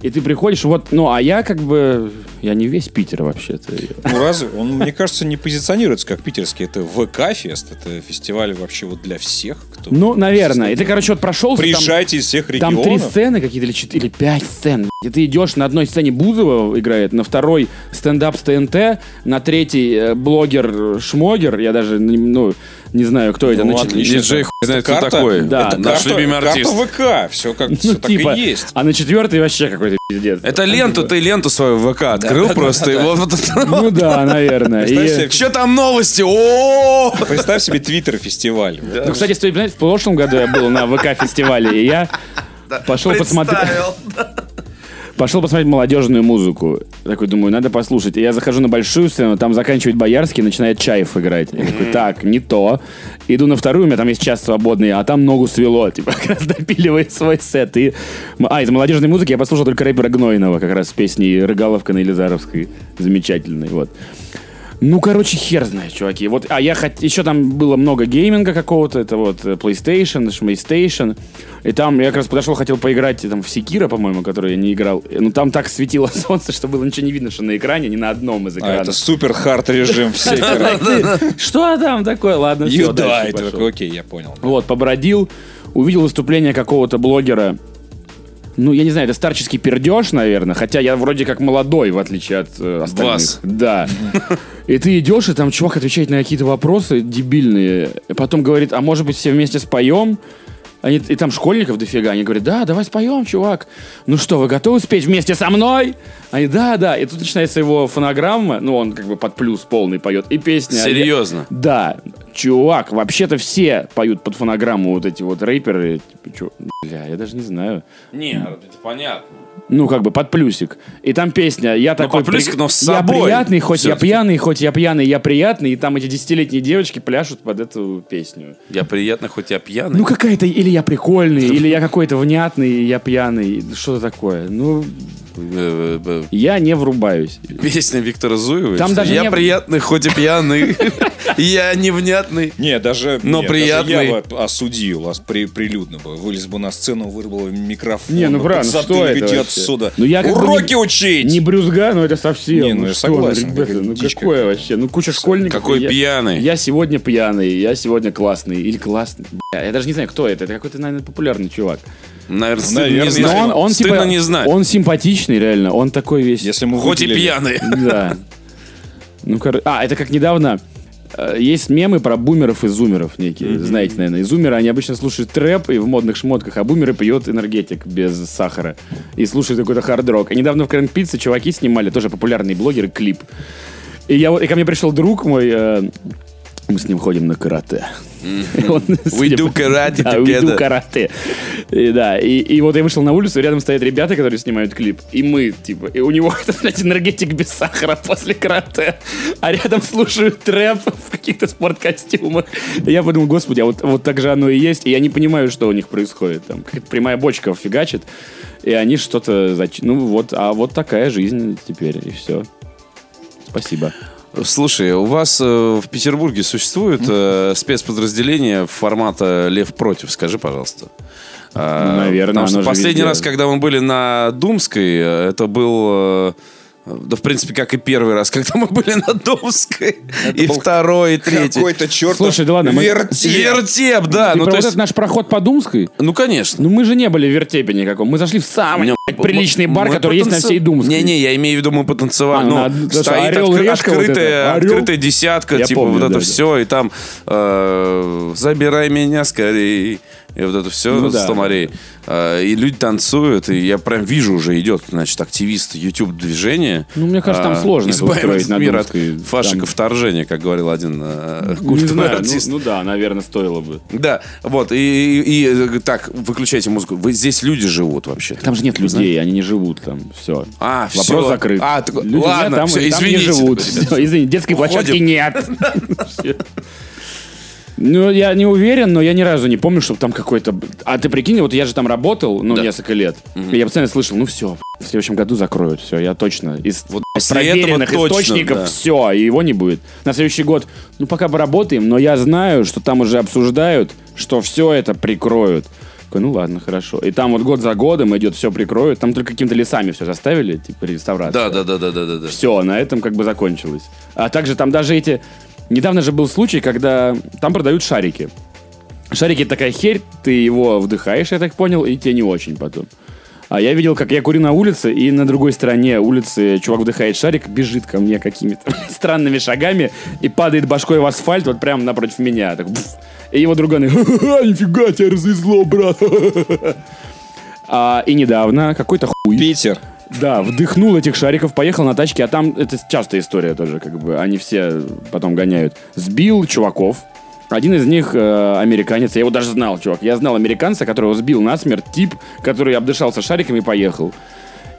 B: и ты приходишь, вот, ну, а я как бы, я не весь Питер вообще-то.
C: Ну разве? Он, мне кажется, не позиционируется как питерский. Это ВК-фест, это фестиваль вообще вот для всех, кто...
B: Ну, наверное. И ты, короче, вот прошел...
C: Приезжайте из всех
B: Там,
C: регионов.
B: три сцены какие-то, или четыре, или пять сцен. блядь. И ты идешь, на одной сцене Бузова играет, на второй стендап с ТНТ, на третий э, блогер-шмогер, я даже, не- ну, не знаю, кто это.
C: Ну,
B: на чет-
C: отлично.
A: Диджей хуй знает, кто
C: карта?
A: такой.
B: Да.
A: Это наш
C: Карта-
A: любимый артист.
C: Карта ВК. Все как
B: ну,
C: всё так
B: типа,
C: и есть.
B: а на четвертый вообще какой-то пиздец.
A: Это ленту, ты ленту свою в ВК открыл просто. и вот- вот это вот.
B: Ну да, наверное. И-
C: Представь себе-
A: Че там новости? О!
C: Представь себе твиттер-фестиваль.
B: Ну, кстати, стоит понимать, в прошлом году я был на ВК-фестивале, и я пошел посмотреть... Пошел посмотреть молодежную музыку. Такой думаю, надо послушать. И я захожу на большую сцену, там заканчивает Боярский, начинает Чаев играть. Я такой, так, не то. Иду на вторую, у меня там есть час свободный, а там ногу свело. Типа, как раз допиливает свой сет. И... м- А, из молодежной музыки я послушал только рэпера Гнойного, как раз с песней Рыгаловка на Елизаровской. Замечательной, вот. Ну, короче, хер знает, чуваки. Вот, а я хот... еще там было много гейминга какого-то, это вот э, PlayStation, PlayStation. И там я как раз подошел, хотел поиграть там в Секира, по-моему, который я не играл. Э, Ну, там так светило солнце, что было ничего не видно, что на экране, ни на одном из
C: А,
B: экранов.
C: это супер-хард режим. Все играют.
B: Что там такое? Ладно, всё,
C: You
B: дальше
C: die. Ты
B: пошёл.
C: такой, Окей, я понял.
B: Вот, побродил, увидел выступление какого-то блогера. Ну, я не знаю, это старческий пердеж, наверное. Хотя я вроде как молодой, в отличие от э, остальных.
A: Вас.
B: Да. И ты идешь, и там чувак отвечает на какие-то вопросы дебильные. И Потом говорит, а может быть все вместе споем? Они, и там школьников дофига. Они говорят, да, давай споем, чувак. Ну что, вы готовы спеть вместе со мной? Они, да, да. И тут начинается его фонограмма. Ну, он как бы под плюс полный поет. И песня.
A: Серьезно?
B: Да, чувак, вообще-то все поют под фонограмму вот эти вот рэперы. Типа, чё, бля, я даже не знаю.
A: Не, это понятно.
B: Ну, как бы под плюсик. И там песня «Я такой
A: Ну, под плюсик, но с
B: я
A: собой
B: приятный, хоть я
A: всё-таки».
B: пьяный, хоть я пьяный, я приятный». И там эти десятилетние девочки пляшут под эту песню.
A: Я приятно, хоть я пьяный.
B: Ну, какая-то или я прикольный, или я какой-то внятный, и я пьяный. Что-то такое. Ну,
A: э, э,
B: Я не врубаюсь.
A: Песня Виктора Зуева.
B: Там
A: что
B: даже
A: я
B: не-
A: приятный, хоть и пьяный. Я невнятный.
C: Не, даже,
A: Но
C: не, даже
A: приятный.
C: я бы осудил вас при- прилюдно бы. Вылез бы на сцену, вырвал бы микрофон.
B: Не, ну
C: бы
B: правильно,
C: подзатыльник
B: что это
C: иди
B: вообще?
C: отсюда.
B: Ну, я как бы
C: Уроки
B: не-
C: учить!
B: Не брюзга, но это совсем.
C: Не, ну, я
B: что,
C: согласен,
B: ребята,
C: какая
B: ну
C: дичка
B: какое
C: какая-то.
B: вообще? Ну куча школьников.
A: Какой
B: и я-
A: пьяный.
B: Я сегодня пьяный, я сегодня классный. Или классный. Бля, я даже не знаю, кто это. Это какой-то, наверное, популярный чувак.
A: Наверное, стыдно
C: Наверное.
A: не
C: Но
A: знать.
B: Ну, он, он,
A: стыдно
B: типа,
A: не знать.
B: Он симпатичный, реально. Он такой весь.
C: Если мы
A: Хоть и
C: выделили-
A: пьяный.
B: Да. Ну, короче. А, это как недавно. э, Есть мемы про бумеров и зумеров некие. Знаете, наверное. И зумеры, они обычно слушают трэп и в модных шмотках, а бумеры пьет энергетик без сахара. И слушают какой-то хард-рок. И недавно в Крэнк Пицце чуваки снимали, тоже популярные блогеры, клип. И, я, вот- и ко мне пришел друг мой, э, мы с ним ходим на карате. И он,
A: We
B: судя
A: do
B: по-
A: karate
B: да, we do
A: together.
B: карате. И, да, и, и вот я вышел на улицу, рядом стоят ребята, которые снимают клип, и мы, типа, и у него это, блядь, энергетик без сахара после карате, а рядом слушают трэп в каких-то спорткостюмах. И я подумал, господи, а вот, вот так же оно и есть, и я не понимаю, что у них происходит. Там какая-то прямая бочка фигачит, и они что-то... зач- Ну вот, а вот такая жизнь теперь, и все. Спасибо.
A: Слушай, у вас э, в Петербурге существует э, спецподразделение формата «Лев против», скажи, пожалуйста. А,
B: Ну, наверное,
A: потому что
B: оно же
A: последний
B: везде.
A: раз, когда мы были на Думской, э, это был... э, Да, в принципе, как и первый раз, когда мы были на Думской. и
C: был
A: второй, и третий.
C: Какой-то черт.
B: Слушай, да ладно, мы-
C: Вертеп.
A: Вертеп, да.
B: Ты
A: Ну,
B: про
A: то
B: вот
A: есть-
B: этот наш проход по Думской?
A: ну, конечно.
B: Ну мы же не были в вертепе никаком. А Мы зашли в самый
A: Не,
B: блядь, приличный
A: мы-
B: бар,
A: мы
B: который есть на
A: потанцев-
B: всей Думской.
A: Не-не, я имею в виду, мы
B: А,
A: потанцевали.
B: ну,
A: ну,
B: на- потому что
A: стоит
B: «Орел»
A: откры-
B: и «Решка» вот
A: открытая,
B: это. «Орел»?
A: открытая десятка,
B: Я
A: типа
B: помню,
A: вот это
B: да, да.
A: все, и там э, «Забирай меня скорее», и вот это все,
B: Ну да.
A: 100 морей. Э, и люди танцуют, и я прям вижу уже идет, значит, активист YouTube-движения.
B: Ну, мне кажется, там
A: А,
B: сложно это
A: избавим
B: устроить
A: этот
B: на
A: мир
B: Думской.
A: от фашика
B: Там-
A: вторжения, как говорил один э,
B: Не
A: культурный
B: знаю,
A: артист.
B: ну, ну да, наверное, стоило бы.
A: Да, вот, и, и- и, э, так, выключайте музыку. Вы, здесь люди живут вообще.
B: Там же нет людей, они не живут там. Все.
A: А,
B: Вопрос
A: всё.
B: закрыт.
A: А, так-
B: Люди
A: ладно,
B: там,
A: всё,
B: там
A: извините,
B: не живут.
A: ребят.
B: типа, Всё, извините, детской
A: Уходим.
B: площадки нет. Всё. Ну, я не уверен, но я ни разу не помню, чтобы там какой-то... б- А ты прикинь, вот я же там работал, ну, несколько лет. И я постоянно слышал, ну все, в следующем году закроют. Все, я точно из
A: Вот
B: блядь,
A: после этого
B: проверенных
A: точно,
B: источников
A: да.
B: все, и а его не будет. На следующий год, ну, пока поработаем, но я знаю, что там уже обсуждают, что все это прикроют. Такой, Ну ладно, хорошо. И там вот год за годом идет, все прикроют. Там только какими-то лесами все заставили, типа
A: Да,
B: реставрация.
A: да, да, да, да, да, да.
B: Все, на этом как бы закончилось. А также там даже эти... Недавно же был случай, когда там продают шарики. Шарики это такая херь, ты его вдыхаешь, я так понял, и тебе не очень потом. А я видел, как я курю на улице, и на другой стороне улицы чувак вдыхает шарик, бежит ко мне какими-то странными шагами и падает башкой в асфальт вот прямо напротив меня. Так, бф. и его друганы, «Ха-ха, нифига тебя развезло, брат. А, и недавно какой-то хуй.
C: Питер.
B: Да, вдыхнул этих шариков, поехал на тачке, а там это частая история тоже, как бы они все потом гоняют. Сбил чуваков. Один из них э, американец, я его даже знал, чувак. Я знал американца, которого сбил насмерть, тип, который обдышался шариками и поехал.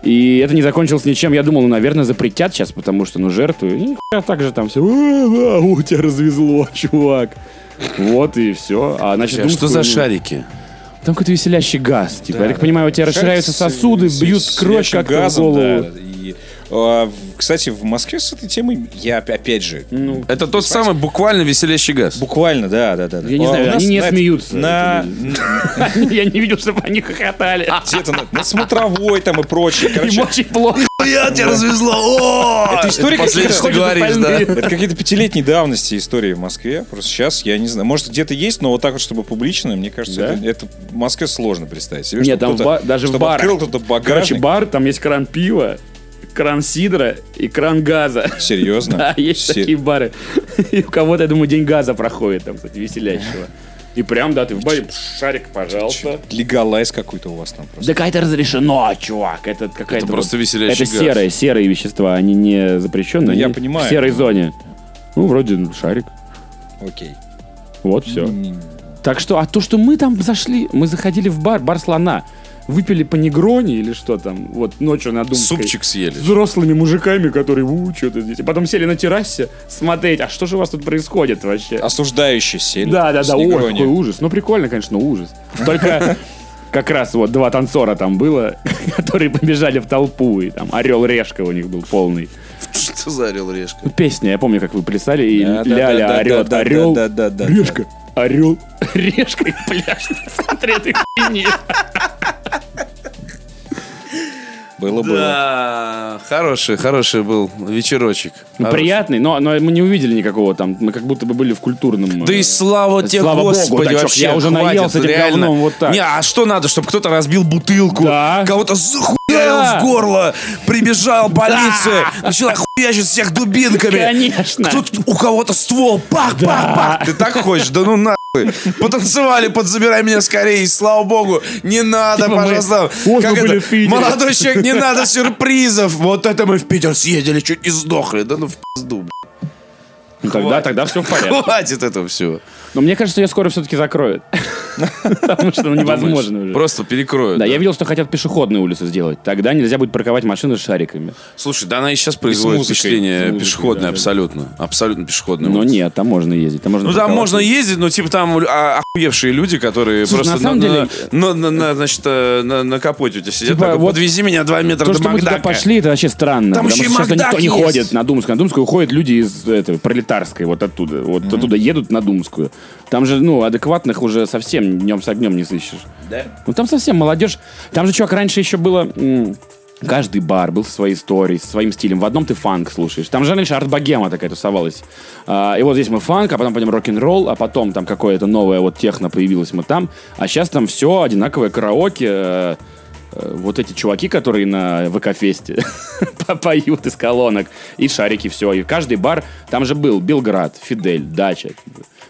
B: И это не закончилось ничем. Я думал, ну, наверное, запретят сейчас, потому что, ну, жертву. И нихуя так же там все. У тебя развезло, чувак. Вот и все. А значит,
A: Слушай, а что
B: Думскую-
A: за шарики?
B: Там какой-то веселящий газ. Типа, я так понимаю, у тебя расширяются
C: Шарик с-
B: сосуды,
C: с-
B: бьют
C: с
B: кровь
C: горячим
B: как-то в
C: газом,
B: голову.
C: да. И, а, в- Кстати, в Москве с этой темой я оп- опять же
B: Ну.
A: Это тот самый буквально веселящий газ.
C: Буквально, да, да, да. да.
B: Я не
C: А,
B: знаю,
C: у нас
B: они не
C: на-
B: смеются,
C: На,
B: Я не видел, чтобы они хохотали.
C: где-то на, на смотровой там и прочее.
B: Им
C: Короче,
B: очень плохо.
A: Я тебя развезло!
C: это история
A: Последнее,
C: какая-то.
A: что говоришь, да?
B: остальные.
C: Это какие-то пятилетней давности истории в Москве. Просто сейчас я не знаю. Может, где-то есть, но вот так вот, чтобы публично, мне кажется,
B: Да?
C: это, это в Москве сложно представить себе.
B: Нет,
C: чтобы
B: там в
C: кто-то-
B: ба- даже в
C: чтобы
B: барах.
C: открыл кто-то
B: Короче,
C: багажник.
B: бар, там есть кран пива, кран сидра и кран газа.
C: Серьезно?
B: Да, есть
C: Се-
B: такие бары. И у кого-то, я думаю, день газа проходит там, кстати, веселящего. И прям, да, ты в баре, пш, шарик, пожалуйста.
C: Легалайз какой-то у вас там просто.
B: Да это разрешено, чувак. Это какая-то...
A: Это просто
B: вот-
A: веселящий
B: Это
A: газ.
B: серые, серые вещества. Они не запрещенные.
C: я
B: они
C: понимаю.
B: В серой зоне. Ну, вроде ну, шарик.
C: Окей.
B: Вот, все.
C: М,
B: Так что, а то, что мы там зашли, мы заходили в бар, бар слона, выпили по негрони или что там, вот ночью на Думской.
A: Супчик
B: С
A: съели.
B: взрослыми мужиками, которые, у, что-то здесь. И потом сели на террасе смотреть, а что же у вас тут происходит вообще?
C: Осуждающий сели.
B: Да, да,
C: с
B: да, ой,
C: Негрони.
B: какой ужас. Ну, прикольно, конечно, ужас. Только Как раз вот два танцора там было, которые побежали в толпу, и там орел-решка у них был полный.
A: Что за орел решка?
B: Ну, Песня, я помню, как вы плясали, и
C: Да, да, да,
B: ляля
C: да,
B: орет,
C: да, да,
B: орел,
C: да, да, да, да.
B: решка, орел, решка и пляж на центре этой хуйни.
C: Было, было.
A: Да, хороший, хороший был вечерочек.
B: Ну,
A: Хороший.
B: Приятный, но, но мы не увидели никакого там, мы как будто бы были в культурном...
A: Да и
B: э,
A: слава тебе,
B: Слава богу,
A: Господи,
B: да чё ж,
A: вообще,
B: я уже
A: хватит,
B: наелся этим
A: реально.
B: говном вот так.
A: Не, а что надо, чтобы кто-то разбил бутылку,
B: Да.
A: кого-то захуярил
B: Да.
A: в горло, прибежал полиция, начала хуячить всех дубинками.
B: Конечно.
A: Тут у кого-то ствол, пах, пах, пах. Ты так хочешь? Да ну нахуй. Потанцевали под «Забирай меня скорее», и слава богу, не надо,
B: Типа мы-
A: пожалуйста.
B: Вот мы были в Питере.
A: Молодой человек, не надо сюрпризов. Вот это мы в Питер съездили, чуть не сдохли. Да ну в пизду, блядь.
B: Ну, Тогда, тогда все в порядке.
A: Хватит этого всего.
B: Но мне кажется, ее скоро все-таки закроют. Потому что ну, невозможно уже.
A: Просто перекроют.
B: Да,
A: да.
B: я видел, что хотят пешеходную улицу сделать. Тогда нельзя будет парковать машины с шариками.
A: Слушай, да она и сейчас производит
C: музыкой.
A: впечатление
B: музыкой,
A: пешеходное
B: да, да.
A: абсолютно. Абсолютно пешеходное.
B: Но
A: улица.
B: нет, там можно ездить. Там можно
A: Ну там
B: парковаться.
A: можно ездить, но типа там а, охуевшие люди, которые
B: Слушай,
A: просто
B: на самом деле-
A: на- на- на, значит, э, на, на капоте у тебя сидят.
B: Типа,
A: такой,
B: вот
A: подвези меня 2 метра
B: То,
A: до
B: что мы туда
A: Макдака.
B: пошли, это вообще странно.
A: Там
B: потому
A: еще и
B: что сейчас
A: Макдак
B: никто не
A: есть.
B: ходит на Думскую. На Думскую ходят люди из этой, пролетарской, вот оттуда. Вот оттуда едут на Думскую. Там же, ну, адекватных уже совсем днем с огнем не сыщешь.
A: Да?
B: Ну там совсем молодежь. Там же, чувак, раньше еще было... м, Каждый бар был со своей историей, со своим стилем. В одном ты фанк слушаешь. Там же раньше арт-богема такая тусовалась. А, и вот здесь мы фанк, а потом пойдем рок-н-ролл, а потом там какое-то новое вот техно появилось мы там. А сейчас там все одинаковое караоке. э, э, вот эти чуваки, которые на ВК-фесте по- поют из колонок. И шарики, все. И каждый бар, там же был Белград, Фидель, Дача.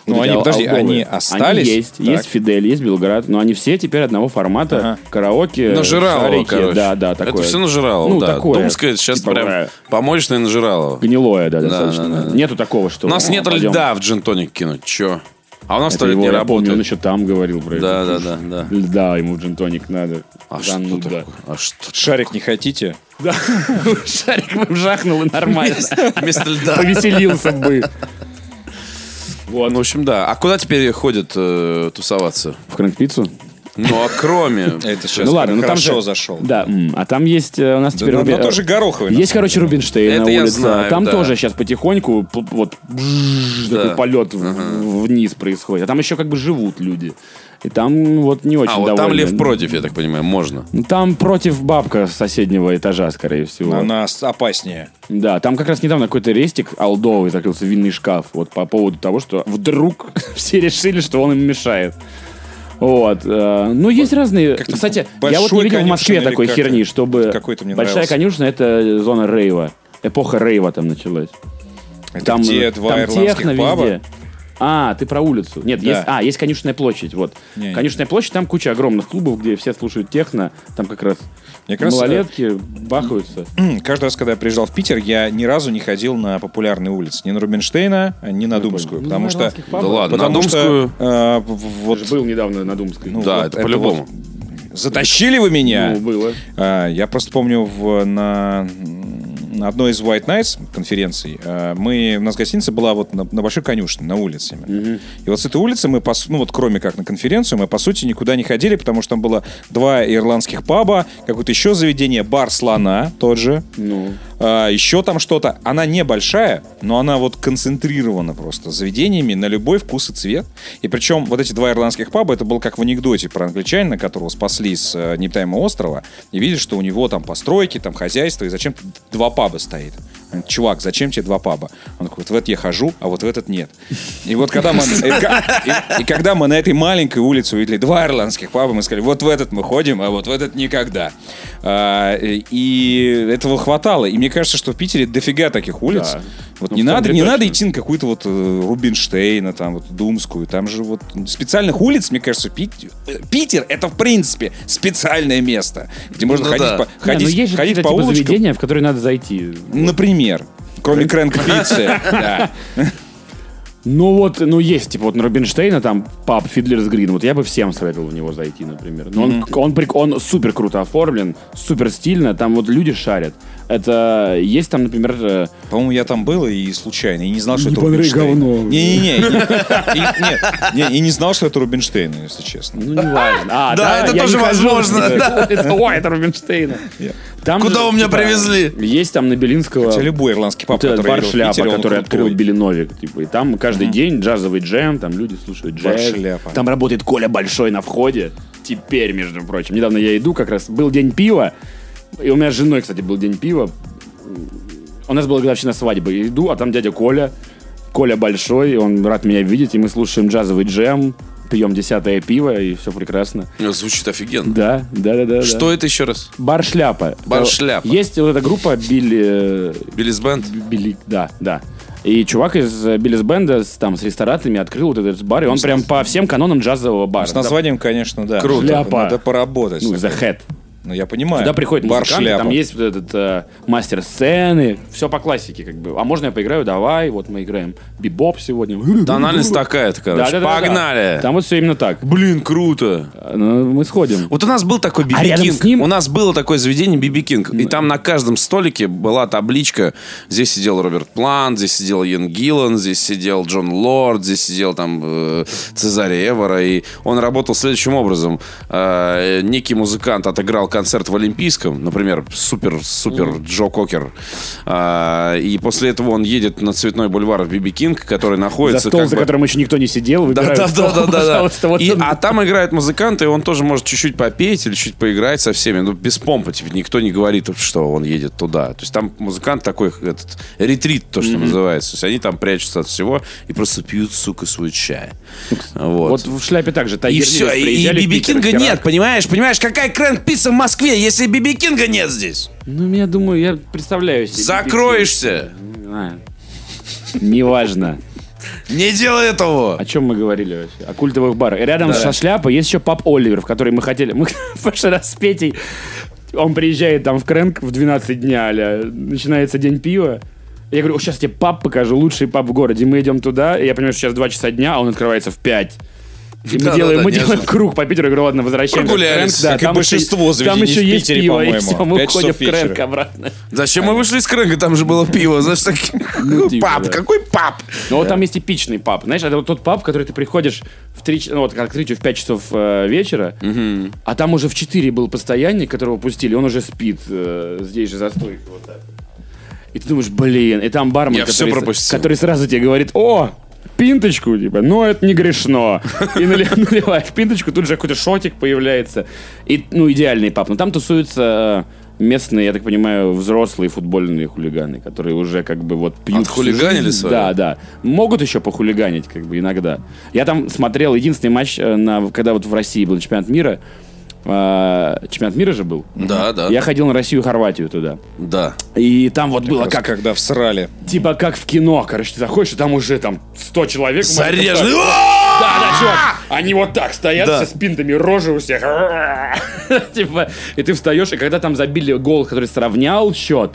C: Ну,
B: Вот эти
C: они,
B: ал-
C: подожди,
B: алголы.
C: они остались?
B: есть.
C: Так.
B: Есть Фидель, есть Белград, но они все теперь одного формата.
C: Ага.
B: Караоке,
A: Нажиралово,
B: шарики,
A: короче.
B: э, да, да, такое.
A: Это все нажиралово,
B: Ну,
A: да.
B: такое.
A: Думская сейчас
B: Типа,
A: прям
B: э,
A: помоечное нажиралово.
B: Гнилое, да, достаточно.
A: да, да, да.
B: Нету такого, что...
A: У нас
B: «О,
A: нет
B: пойдем».
A: льда в джин-тоник кинуть, чё? А у нас
B: Это
A: то
B: его,
A: не
B: я помню, он
A: работает.
B: еще там говорил про
A: Да, да,
B: это.
A: да, да.
B: Льда ему в джинтоник надо.
A: А что
B: Зануда.
A: такое? А что?
C: Шарик не хотите?
B: Да. Шарик бы жахнул и нормально.
A: Вместо льда.
B: Повеселился бы.
A: Ну, в общем, да. А куда теперь ходят э, тусоваться?
B: В крэнк-пиццу?
A: Ну, а кроме...
C: Это сейчас
B: ну ладно, ну там
C: хорошо
B: же...
C: зашел.
B: Да, м, а там есть э, у нас теперь...
C: но-
B: Руби-
C: но тоже гороховый, на
B: Есть, короче, Рубинштейн
A: Это
B: на
A: я
B: улице.
A: знаю,
B: там
A: да.
B: тоже сейчас потихоньку п- вот бжж, такой
A: Да.
B: полет в- вниз происходит. А там еще как бы живут люди. И там вот не очень
A: А, вот там
B: довольны.
A: Лев против, я так понимаю, можно.
B: Ну, Там против бабка с соседнего этажа, скорее всего.
C: Она с- опаснее.
B: Да, там как раз недавно какой-то рестик алдовый закрылся, винный шкаф, вот по поводу того, что вдруг все решили, что он им мешает. Вот. э, Ну, есть разные... Кстати, я вот не
C: большой
B: видел в Москве
C: конюшен или
B: такой
C: как?
B: херни, чтобы...
C: Какой-то мне
B: Большая
C: нравился.
B: конюшня — это зона рейва. Эпоха рейва там началась.
C: Это
B: Там,
C: где
B: э,
C: два
B: там
C: ирландских
B: техно
C: паба?
B: везде. А, ты про улицу. Нет,
C: Да.
B: есть, а, есть конюшная площадь, вот.
C: Не, не.
B: конюшная площадь, там куча огромных клубов, где все слушают техно, там как раз
C: Мне кажется,
B: малолетки бахаются.
C: М, Каждый раз, когда я приезжал в Питер, я ни разу не ходил на популярные улицы. Ни на Рубинштейна, ни на Думскую.
B: Ну,
C: Потому
B: на
C: что...
B: ирландских
A: Да
B: пабах.
A: ладно, на
C: Потому
A: Думскую...
C: что... э, в- вот,
B: Был недавно на Думской.
C: ну,
A: Да,
C: вот
A: это по-любому.
C: вот- Затащили вы меня!
B: Ну, было.
C: А, Я просто помню в, на, на одной из White Nights конференций а, мы, у нас гостиница была вот на, на Большой конюшне, на улице. именно. И вот с этой улицы мы, по, су- ну вот кроме как на конференцию, мы по сути никуда не ходили, потому что там было два ирландских паба, какое-то еще заведение, бар слона тот же.
B: Ну.
C: А, еще там что-то. Она небольшая, но она вот концентрирована просто заведениями на любой вкус и цвет. И причем вот эти два ирландских паба, это было как в анекдоте про англичанина, которого спасли с э, необитаемого острова, и видишь, что у него там постройки, там хозяйство, и зачем два паба стоит. Он говорит, Чувак, зачем тебе два паба? Он такой, вот в этот я хожу, а вот в этот нет. И вот когда мы, и, ка- и- и когда мы на этой маленькой улице увидели два ирландских паба, мы сказали, вот в этот мы ходим, а вот в этот никогда. А, и- и этого хватало. И мне кажется, что в Питере дофига таких улиц.
B: Да.
C: Вот
B: Ну,
C: не
B: в
C: надо,
B: центре
C: не
B: точно.
C: надо идти на какую-то вот э, Рубинштейна, там вот Думскую. Там же вот специальных улиц, мне кажется, Пит- э, Питер это в принципе специальное место, где можно
A: Ну
C: ходить
A: да.
C: по,
B: Не, ну,
C: ходить,
B: есть же
C: ходить
B: какие-то, типа,
C: по улочкам.
B: заведения, в которые надо зайти.
C: Например. Кроме крэнк-пиццы. да.
B: Ну вот, ну есть, типа вот на Рубинштейна там паб Фидлерс Грин. Вот я бы всем советовал в него зайти, например. Но он, он, прик- он супер круто оформлен, супер стильно, там вот люди шарят. Это есть там, например, э,
C: По-моему, я там был и случайно, и не знал, что
E: Не
C: это
E: подрей
C: Рубинштейн.
E: говно.
C: Не-не-не. и- и- нет, не, и не знал, что это Рубинштейн, если честно.
B: ну неважно. А,
A: Да, это
B: я
A: тоже
B: не хожу.
A: возможно, да.
B: Это, Ой, это Рубинштейна.
C: Я-
B: Там
A: Куда
B: же,
A: вы меня
B: типа,
A: привезли?
B: Есть там на Белинского
C: Хотя любой ирландский
B: вот
C: пап,
B: этот
C: который
B: бар
C: идет в
B: шляпа,
C: Питере, он
B: который открыл
C: крутой.
B: Белиновик. Типа, и там каждый день джазовый джем, там люди слушают джаз.
C: Бар «Шляпа».
B: Там работает Коля Большой на входе. Теперь, между прочим. Недавно я иду, как раз был день пива. И у меня с женой, кстати, был день пива. У нас была годовщина свадьбы. Я иду, а там дядя Коля. Коля Большой, он рад меня видеть. И мы слушаем джазовый джем, пьем десятое пиво, и все прекрасно.
A: Звучит офигенно.
B: Да, да, да, да.
A: Что это еще раз?
B: Бар шляпа.
A: Бар «Шляпа».
B: Есть вот эта группа Билли...
A: Биллис Бенд?
B: Билли, да, да. И чувак из э, Биллис Бенда с, там, с ресторатами открыл вот этот бар, и он прям по всем канонам джазового бара.
C: С названием, конечно, да.
A: Круто.
B: Шляпа.
C: Надо поработать.
B: Ну, The Head.
C: Ну, я
A: А,
C: понимаю.
B: Туда приходят
C: бар
B: музыканты,
C: шляпа.
B: там есть вот этот э, мастер сцены, все по классике как бы. А можно я поиграю? Давай, вот мы играем бибоп сегодня.
A: Тональность такая-то, короче.
B: Да-да-да-да.
A: Погнали!
B: Там вот все именно так.
A: Блин, круто!
B: Э, ну, мы сходим.
A: Вот у нас был такой Биби
B: А рядом
A: Кинг.
B: с ним-
A: У нас было такое заведение Биби Кинг. И там на каждом столике была табличка. Здесь сидел Роберт Плант, здесь сидел Ян Гиллан, здесь сидел Джон Лорд, здесь сидел там э, Цезарь Эвора. И он работал следующим образом. Э, некий музыкант отыграл концерт в Олимпийском, например, супер-супер Джо Кокер. А, и после этого он едет на Цветной бульвар в Биби Кинг, который
B: За
A: находится...
B: стол,
A: как
B: за
A: бы-
B: которым еще никто не сидел,
A: да,
B: выбирают
A: да,
B: стол,
A: да, да, да,
B: пожалуйста. Вот
A: И,
B: он.
A: а там играют музыканты, и он тоже может чуть-чуть попеть или чуть поиграть со всеми, ну, без помпы. Типа, никто не говорит, что он едет туда. То есть там музыкант такой, как этот, ретрит, то, что называется. То есть они там прячутся от всего и просто пьют, сука, свой чай. Вот.
B: Вот а в шляпе также.
A: И
B: Тайгер
A: все,
B: Лилис
A: и,
B: приезжали в
A: Биби
B: Питер,
A: Кинга
B: Херак.
A: нет, понимаешь? Понимаешь, какая крэнк пицца в Москве, если Биби Кинга нет здесь?
B: Ну, я думаю, я представляю себе.
A: Закроешься!
B: А. Неважно.
A: Не делай этого!
B: О чем мы говорили вообще? О культовых барах. И рядом со шляпой есть еще пап Оливер, в который мы хотели... Мы в прошлый раз с Петей... Он приезжает там в Крэнк в 12 дня, аля. Начинается день пива. Я говорю, сейчас тебе пап покажу, лучший пап в городе. Мы идем туда, и я понимаю, что сейчас 2 часа дня, а он открывается в 5. И мы
A: Да-да-да,
B: делаем, мы
A: нежно.
B: делаем круг по Питеру. Я говорю, ладно, возвращаемся
A: Прогулялись,
B: в Крэнк. Да,
C: как и
B: там
C: большинство
B: еще,
C: заведений
B: Там еще
C: в
B: есть
C: Питере,
B: пиво, и
C: по-моему.
B: все, мы
C: Пять
B: уходим в
C: часов вечера.
B: Крэнк обратно.
A: Зачем мы вышли из крэнга? Там же было пиво. Знаешь, так...
B: типа,
A: пап,
B: да.
A: какой пап?
B: Но Ну, вот там есть типичный паб. Знаешь, это вот тот паб, в который ты приходишь в 3, ну, вот к открытию в 5 часов э, вечера, а там уже в 4 был постоянник, которого пустили, он уже спит э, здесь же за стойкой. Вот так. вот. И ты думаешь, блин, и там бармен,
A: Я всё
B: который, с-
A: пропустил.
B: который сразу тебе говорит, о, пинточку, типа, ну это не грешно. И нали- наливаешь пинточку, тут же какой-то шотик появляется. И, ну, идеальный пап. Но там тусуются э, местные, я так понимаю, взрослые футбольные хулиганы, которые уже как бы вот пьют всю
A: Отхулиганили
B: жизнь.
A: свое?
B: А, Да, да. Могут еще похулиганить, как бы, иногда. Я там смотрел единственный матч, э, на, когда вот в России был чемпионат мира. Э, Чемпионат мира же был.
A: Да, да.
B: Я ходил на Россию и Хорватию туда.
A: Да.
B: И там вот было
C: Раз,
B: А как,
C: когда всрали.
B: типа как в кино, короче, ты заходишь, и там уже там 100 человек. в масках.
A: Зарежный.
B: Да, да,
C: А!
B: чувак, они вот так стоят
A: Да.
B: со спинтами, рожи у всех. Типа, и ты встаешь, и когда там забили гол, который сравнял счет,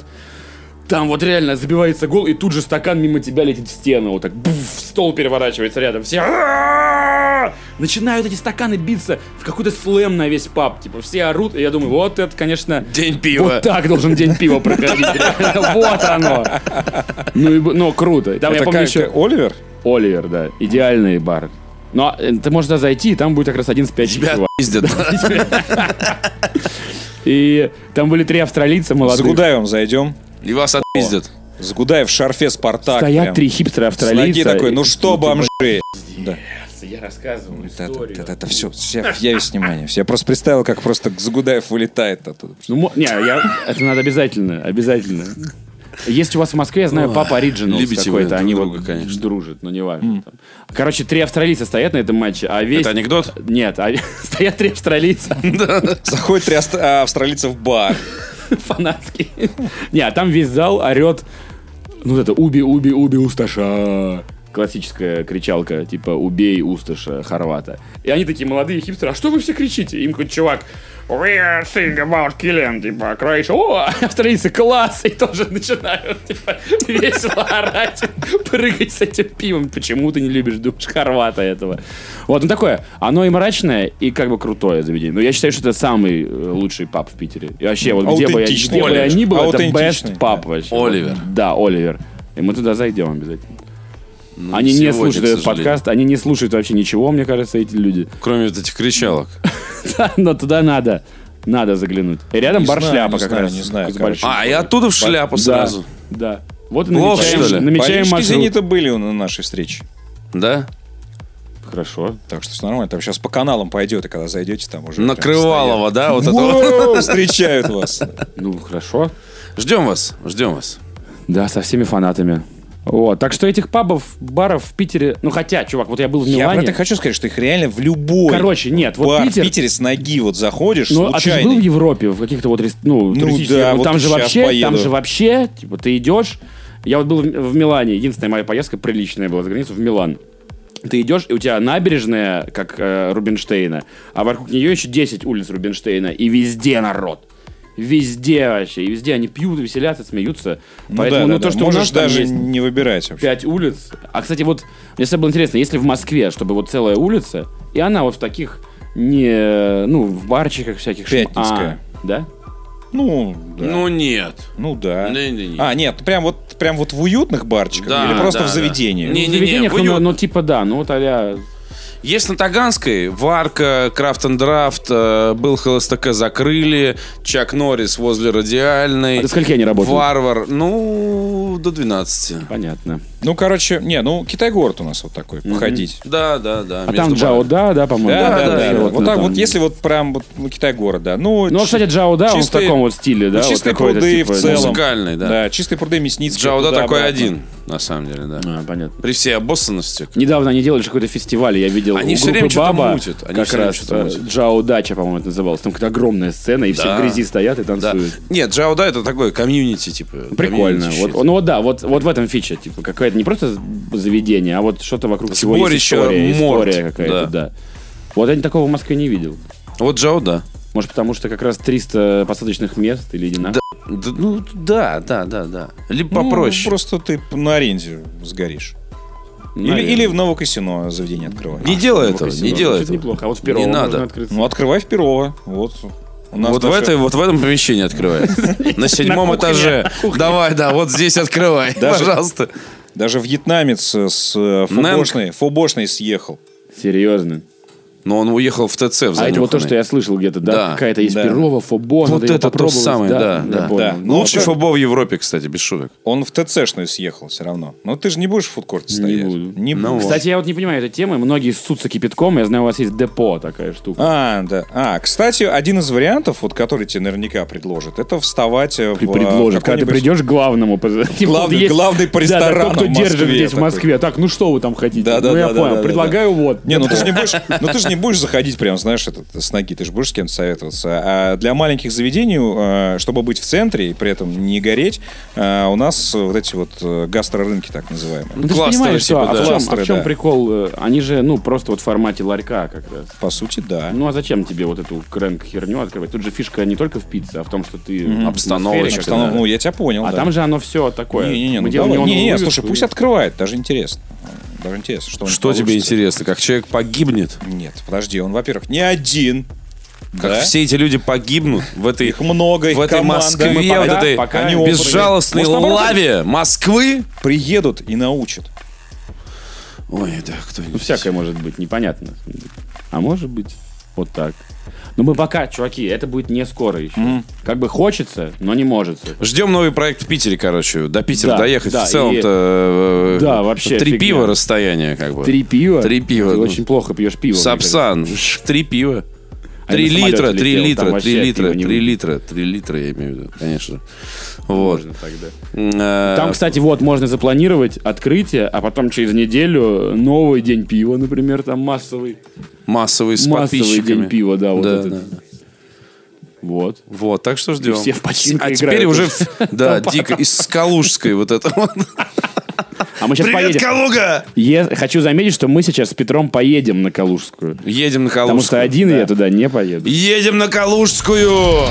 B: там вот реально забивается гол, и тут же стакан мимо тебя летит в стену, вот так, буф, стол переворачивается рядом, все «Ааа!» начинают эти стаканы биться в какой-то слэм на весь паб, типа все орут, и я думаю, вот это, конечно,
A: День пива.
B: вот так должен день пива проходить, вот оно, ну, и б- ну круто, И там я
C: Это
B: помню
C: как-
B: еще
C: Оливер?
B: Оливер, да, идеальный бар. Но э, ты можешь туда зайти, и там будет как раз один с пять
A: Тебя
B: чувак.
A: пиздят.
B: И там были три австралийца
C: С
B: молодых.
C: Гудаевым зайдем.
A: И вас отпиздят.
C: С Гудаев в шарфе Спартак.
B: Стоят
C: прям.
B: три хипстера
C: С ноги
B: австралийца.
C: такой,
B: и- типа
C: ну что, бомжи?
B: Я рассказывал историю.
C: Это все, я весь внимание. Я просто представил, как просто Загудаев вылетает оттуда.
B: Ну, мо- не, я, это надо обязательно, обязательно. Есть у вас в Москве, я знаю, папа Ориджинал
A: любите вы
B: какой-то,
A: друг
B: они
A: друга,
B: вот
A: конечно.
B: дружат, но неважно. там. Короче, три австралийца стоят на этом матче, а весь...
A: Это анекдот?
B: Нет, а- стоят три австралийца,
C: Заходит три аст- а, австралийца в бар.
B: фанатский. Не, а там весь зал орет, ну вот это, уби, уби, уби, усташа. классическая кричалка, типа «Убей Усташа Хорвата». И они такие молодые хипстеры, а что вы все кричите? Им какой-то чувак «We are sing about killing», типа, Croatia. О, австралийцы, класс! И тоже начинают, типа, весело орать, прыгать с этим пивом. Почему ты не любишь, думаешь, Хорвата этого? Вот, ну такое. Оно и мрачное, и как бы крутое заведение. Но я считаю, что это самый э, лучший паб в Питере. И вообще, вот где бы я,
C: Аутентичный.
B: где бы я ни был, это
C: Аутентичный,
B: best паб вообще.
A: Оливер.
B: Да, Оливер. И мы туда зайдем обязательно.
A: Ну,
B: Они не
A: сегодня,
B: слушают
A: к
B: этот
A: сожалению.
B: подкаст, они не слушают вообще ничего, мне кажется, эти люди.
A: Кроме вот этих кричалок.
B: Да, Но туда надо, надо заглянуть. И рядом
C: Не
B: бар
C: знаю,
B: шляпа
C: не
B: как
C: знаю,
B: раз.
C: не знаю,
B: с
C: короче.
B: большим.
A: А, и оттуда в шляпу сразу.
B: Да. Вот и
A: Плохо, что
B: намечаем,
A: ли?
B: намечаем
C: Болельщики
B: маршрут.
C: «Зенита» были на нашей встрече.
A: Да?
B: Хорошо.
C: Так что все нормально. Там сейчас по каналам пойдет, и когда зайдете, там уже... прям
A: Накрывалово, да? Вот это
C: стоят.
A: вот.
C: Воу, Встречают вас.
B: Ну, хорошо.
A: Ждем вас, ждем вас. Да,
B: Со всеми фанатами. Вот, так что этих пабов, баров в Питере... Ну, хотя, чувак, вот я был в
C: Я про это
B: Милане.
C: хочу сказать, что их реально в любой
B: Короче, нет, вот
C: бар в
B: Питер-
C: Питере с ноги вот заходишь,
B: Ну, а ты же был в
C: случайно.
B: Европе, в каких-то вот, рес- ну,
C: Ну
B: туристических-
C: да,
B: ну,
C: вот
B: там же
C: щас
B: вообще, там
C: поеду.
B: же вообще, типа, ты идешь... Я вот был в, в Милане, единственная моя поездка приличная была за границу, в Милан. Ты идешь, и у тебя набережная, как э, Рубинштейна, а вокруг нее еще 10 улиц Рубинштейна, и везде народ. Везде вообще, и везде они пьют, веселятся, смеются. Поэтому,
C: да,
B: ну,
C: да,
B: то,
C: да.
B: что у
C: Можешь
B: нас там
C: даже
B: есть-
C: не выбирать вообще.
B: Пять улиц. А, кстати, вот, мне всегда было интересно, если в Москве, чтобы вот целая улица, и она вот в таких, не, ну, в барчиках всяких. шм-
C: Пятницкая.
B: А, да?
C: Ну, да.
A: Ну нет.
C: Ну да.
A: Не-не-не.
C: А, нет, прям вот, прям вот в уютных барчиках
A: Да,
C: или просто
A: да,
C: в
A: да.
C: заведении?
A: Не-
B: В
A: Не-не-не,
B: заведениях,
A: в
B: ну,
A: уют-
B: ну, типа, да, ну, вот а
A: Есть на Таганской Варка, Крафт энд Драфт, э, был ХЛСТК закрыли, Чак Норрис возле Радиальной.
B: А до скольки они работают?
A: Варвар, ну, до 12.
B: Понятно.
C: Ну, короче, не, ну, Китай-город у нас вот такой, походить.
A: Да, да, да.
B: А там Джао Да, да, по-моему.
C: Да, да, да.
A: да,
B: всё,
A: да.
C: Вот,
B: ну,
C: так
B: там.
C: вот, если вот прям вот ну, Китай-город, да. Ну,
B: Ну,
C: чи-
B: кстати, Джао Да, он в
C: чистые-
B: таком вот стиле, да?
C: ну,
B: вот
C: чистые
B: какой-то,
C: пруды в
B: ну,
C: целом.
A: Музыкальный, да.
C: Да, чистые пруды, мясницкие.
A: Джауда
C: туда,
A: такой
C: обратно.
A: один, на самом деле, да.
B: А, понятно.
A: При всей обоссанности.
B: Недавно они делали же какой-то фестиваль, я видел.
A: Они
B: у
A: всё
B: группы
A: время что-то
B: Баба,
A: мутят, они
B: как
A: всё время
B: раз
A: что-то
B: э,
A: мутят.
B: Джао Дача, по-моему, это называлось. Там какая-то огромная сцена, и все
A: Да.
B: в грязи стоят и
A: Да.
B: танцуют.
A: Нет, Джауда это такое комьюнити, типа.
B: Прикольно.
A: комьюнити
B: Вот,
A: щит.
B: ну вот да, вот, вот в этом фиче, типа, какое-то не просто заведение, а вот что-то вокруг чего есть
A: Сборище
B: история,
A: морд,
B: история какая-то, да. Вот я такого в Москве не видел.
A: Вот Джауда.
B: Может, потому что как раз 300 посадочных мест или не
A: Да. Да, ну, да, да, да, да. Либо
C: Ну,
A: попроще.
C: просто ты на аренде сгоришь. Или, или в Новокосино заведение открывай.
A: Не
B: Ну,
A: делай этого, не делай этого.
B: неплохо. А вот в Перово
A: Не
B: можно
A: надо.
B: открыться.
C: Ну, открывай в Перово. Вот. У нас
A: Вот в,
C: даже-
A: этой, вот в этом помещении открывай. На седьмом
B: кухне.
A: этаже. Давай, да, вот здесь открывай,
C: Даже-
A: пожалуйста.
C: Даже вьетнамец э, с э, фобошной, фобошной съехал.
B: Серьезно.
A: Но он уехал в ТЦ в
B: А это вот то,
A: занюханный.
B: что я слышал где-то, да?
A: Да.
B: Какая-то из
C: Да.
B: Перова, Фобо.
A: Вот
B: надо её
A: это то
B: попробовать,
A: самое, да,
B: Я
A: да.
B: понял.
C: Да.
B: Ну,
A: Лучший
C: Ну,
A: футбол в Европе, кстати, без шуток.
C: Он в ТЦшную съехал все равно. Но ты же не будешь в фудкорте стоять.
B: буду.
C: Не
A: Ну вот.
C: будешь.
B: Кстати, я вот не понимаю этой темы. Многие ссутся кипятком. Я знаю, у вас есть депо такая штука.
C: А, да. А, кстати, один из вариантов, вот который тебе наверняка предложат, это вставать э, в...
B: При-
C: э,
B: предложат. Когда ты
C: какой-нибудь-
B: придешь к главному. поз-
C: Главный-
B: Есть-
C: главный по
B: Да, да,
C: ресторанам
B: тот, кто
C: в
B: держит
C: Москве
B: здесь в
C: такой.
B: Москве. Так, ну что вы там хотите?
C: Да, да,
B: ну, я
C: да, да, да,
B: понял.
C: да,
B: Предлагаю вот.
C: Не, ну ты же не будешь, ну ты же не будешь заходить прям, знаешь, этот, с ноги, ты же будешь с кем-то советоваться. А для маленьких заведений, э, чтобы быть в центре и при этом не гореть, э, у нас вот эти вот э, гастрорынки так называемые,
B: Ну, ты же
A: Кластеры
B: понимаешь, что,
A: типа,
B: а,
A: да.
B: в чем, а
C: Кластеры,
B: в чем
C: да.
B: прикол? э, Они же, ну, просто вот в формате ларька как раз.
C: по сути, да.
B: Ну а зачем тебе вот эту крэнк херню открывать? Тут же фишка не только в пицце, а в том, что ты в
A: Обстановочка,
B: атмосфере.
C: Обстанов- Ну, я тебя понял,
B: А
C: да.
B: там же оно все такое.
C: Не-не-не,
B: Мы
C: ну
B: делаем
C: давай.
B: неоновую
C: Не-не,
B: вывеску
C: слушай, пусть
B: и-
C: открывает, даже интересно. Даже интересно, что у них
A: Что тебе
C: получится.
A: интересно? Как человек погибнет?
C: Нет, подожди, он, во-первых, не один.
A: Как
C: да?
A: все эти люди погибнут в этой,
C: Их много, их
A: в этой
C: команда.
A: Москве,
B: пока-
A: вот этой
B: пока
A: они
C: не опытные.
A: безжалостной
C: Может, наоборот,
A: лаве Москвы?
C: Приедут и научат.
A: Ой, да,
B: Ну,
A: кто-нибудь.
B: всякое может быть, непонятно. на самом деле. А может быть, вот так. Ну мы пока, чуваки, это будет не скоро еще. Как бы хочется, но не может.
A: Ждем новый проект в Питере, короче. До Питера
B: Да,
A: доехать
B: да,
A: в целом-то... э,
B: Да, вообще
A: Три
B: фигня.
A: пива расстояние, как бы.
B: Три пива?
A: Три пива,
B: Ты
A: ну.
B: очень плохо пьешь пиво. мне
A: Сапсан. Три пива.
B: А я
A: Три
B: на самолете
A: литра, три
B: летел, там
A: литра,
B: вообще
A: три
B: пиво
A: литра,
B: не
A: три
B: выпьешь.
A: литра, три литра, я имею в виду, конечно. Вот.
B: кажется. Тогда.
A: Э,
B: Там, кстати, вот можно запланировать открытие, а потом через неделю новый день пива, например, там массовый.
A: Массовый с
B: массовый день
A: подписчиками.
B: пива, да, вот
A: Да,
B: этот.
A: да.
B: Вот.
A: Вот, так что ждем.
B: все в починку
A: А
B: играют
A: теперь уже,
B: уже.
A: в- да, дико, из Калужской вот это вот.
B: А мы сейчас
D: Привет,
B: поедем.
D: Калуга!
B: Е- хочу заметить, что мы сейчас с Петром поедем на Калужскую.
A: Едем на Калужскую.
B: Потому что один я туда не поеду.
A: Едем на Калужскую!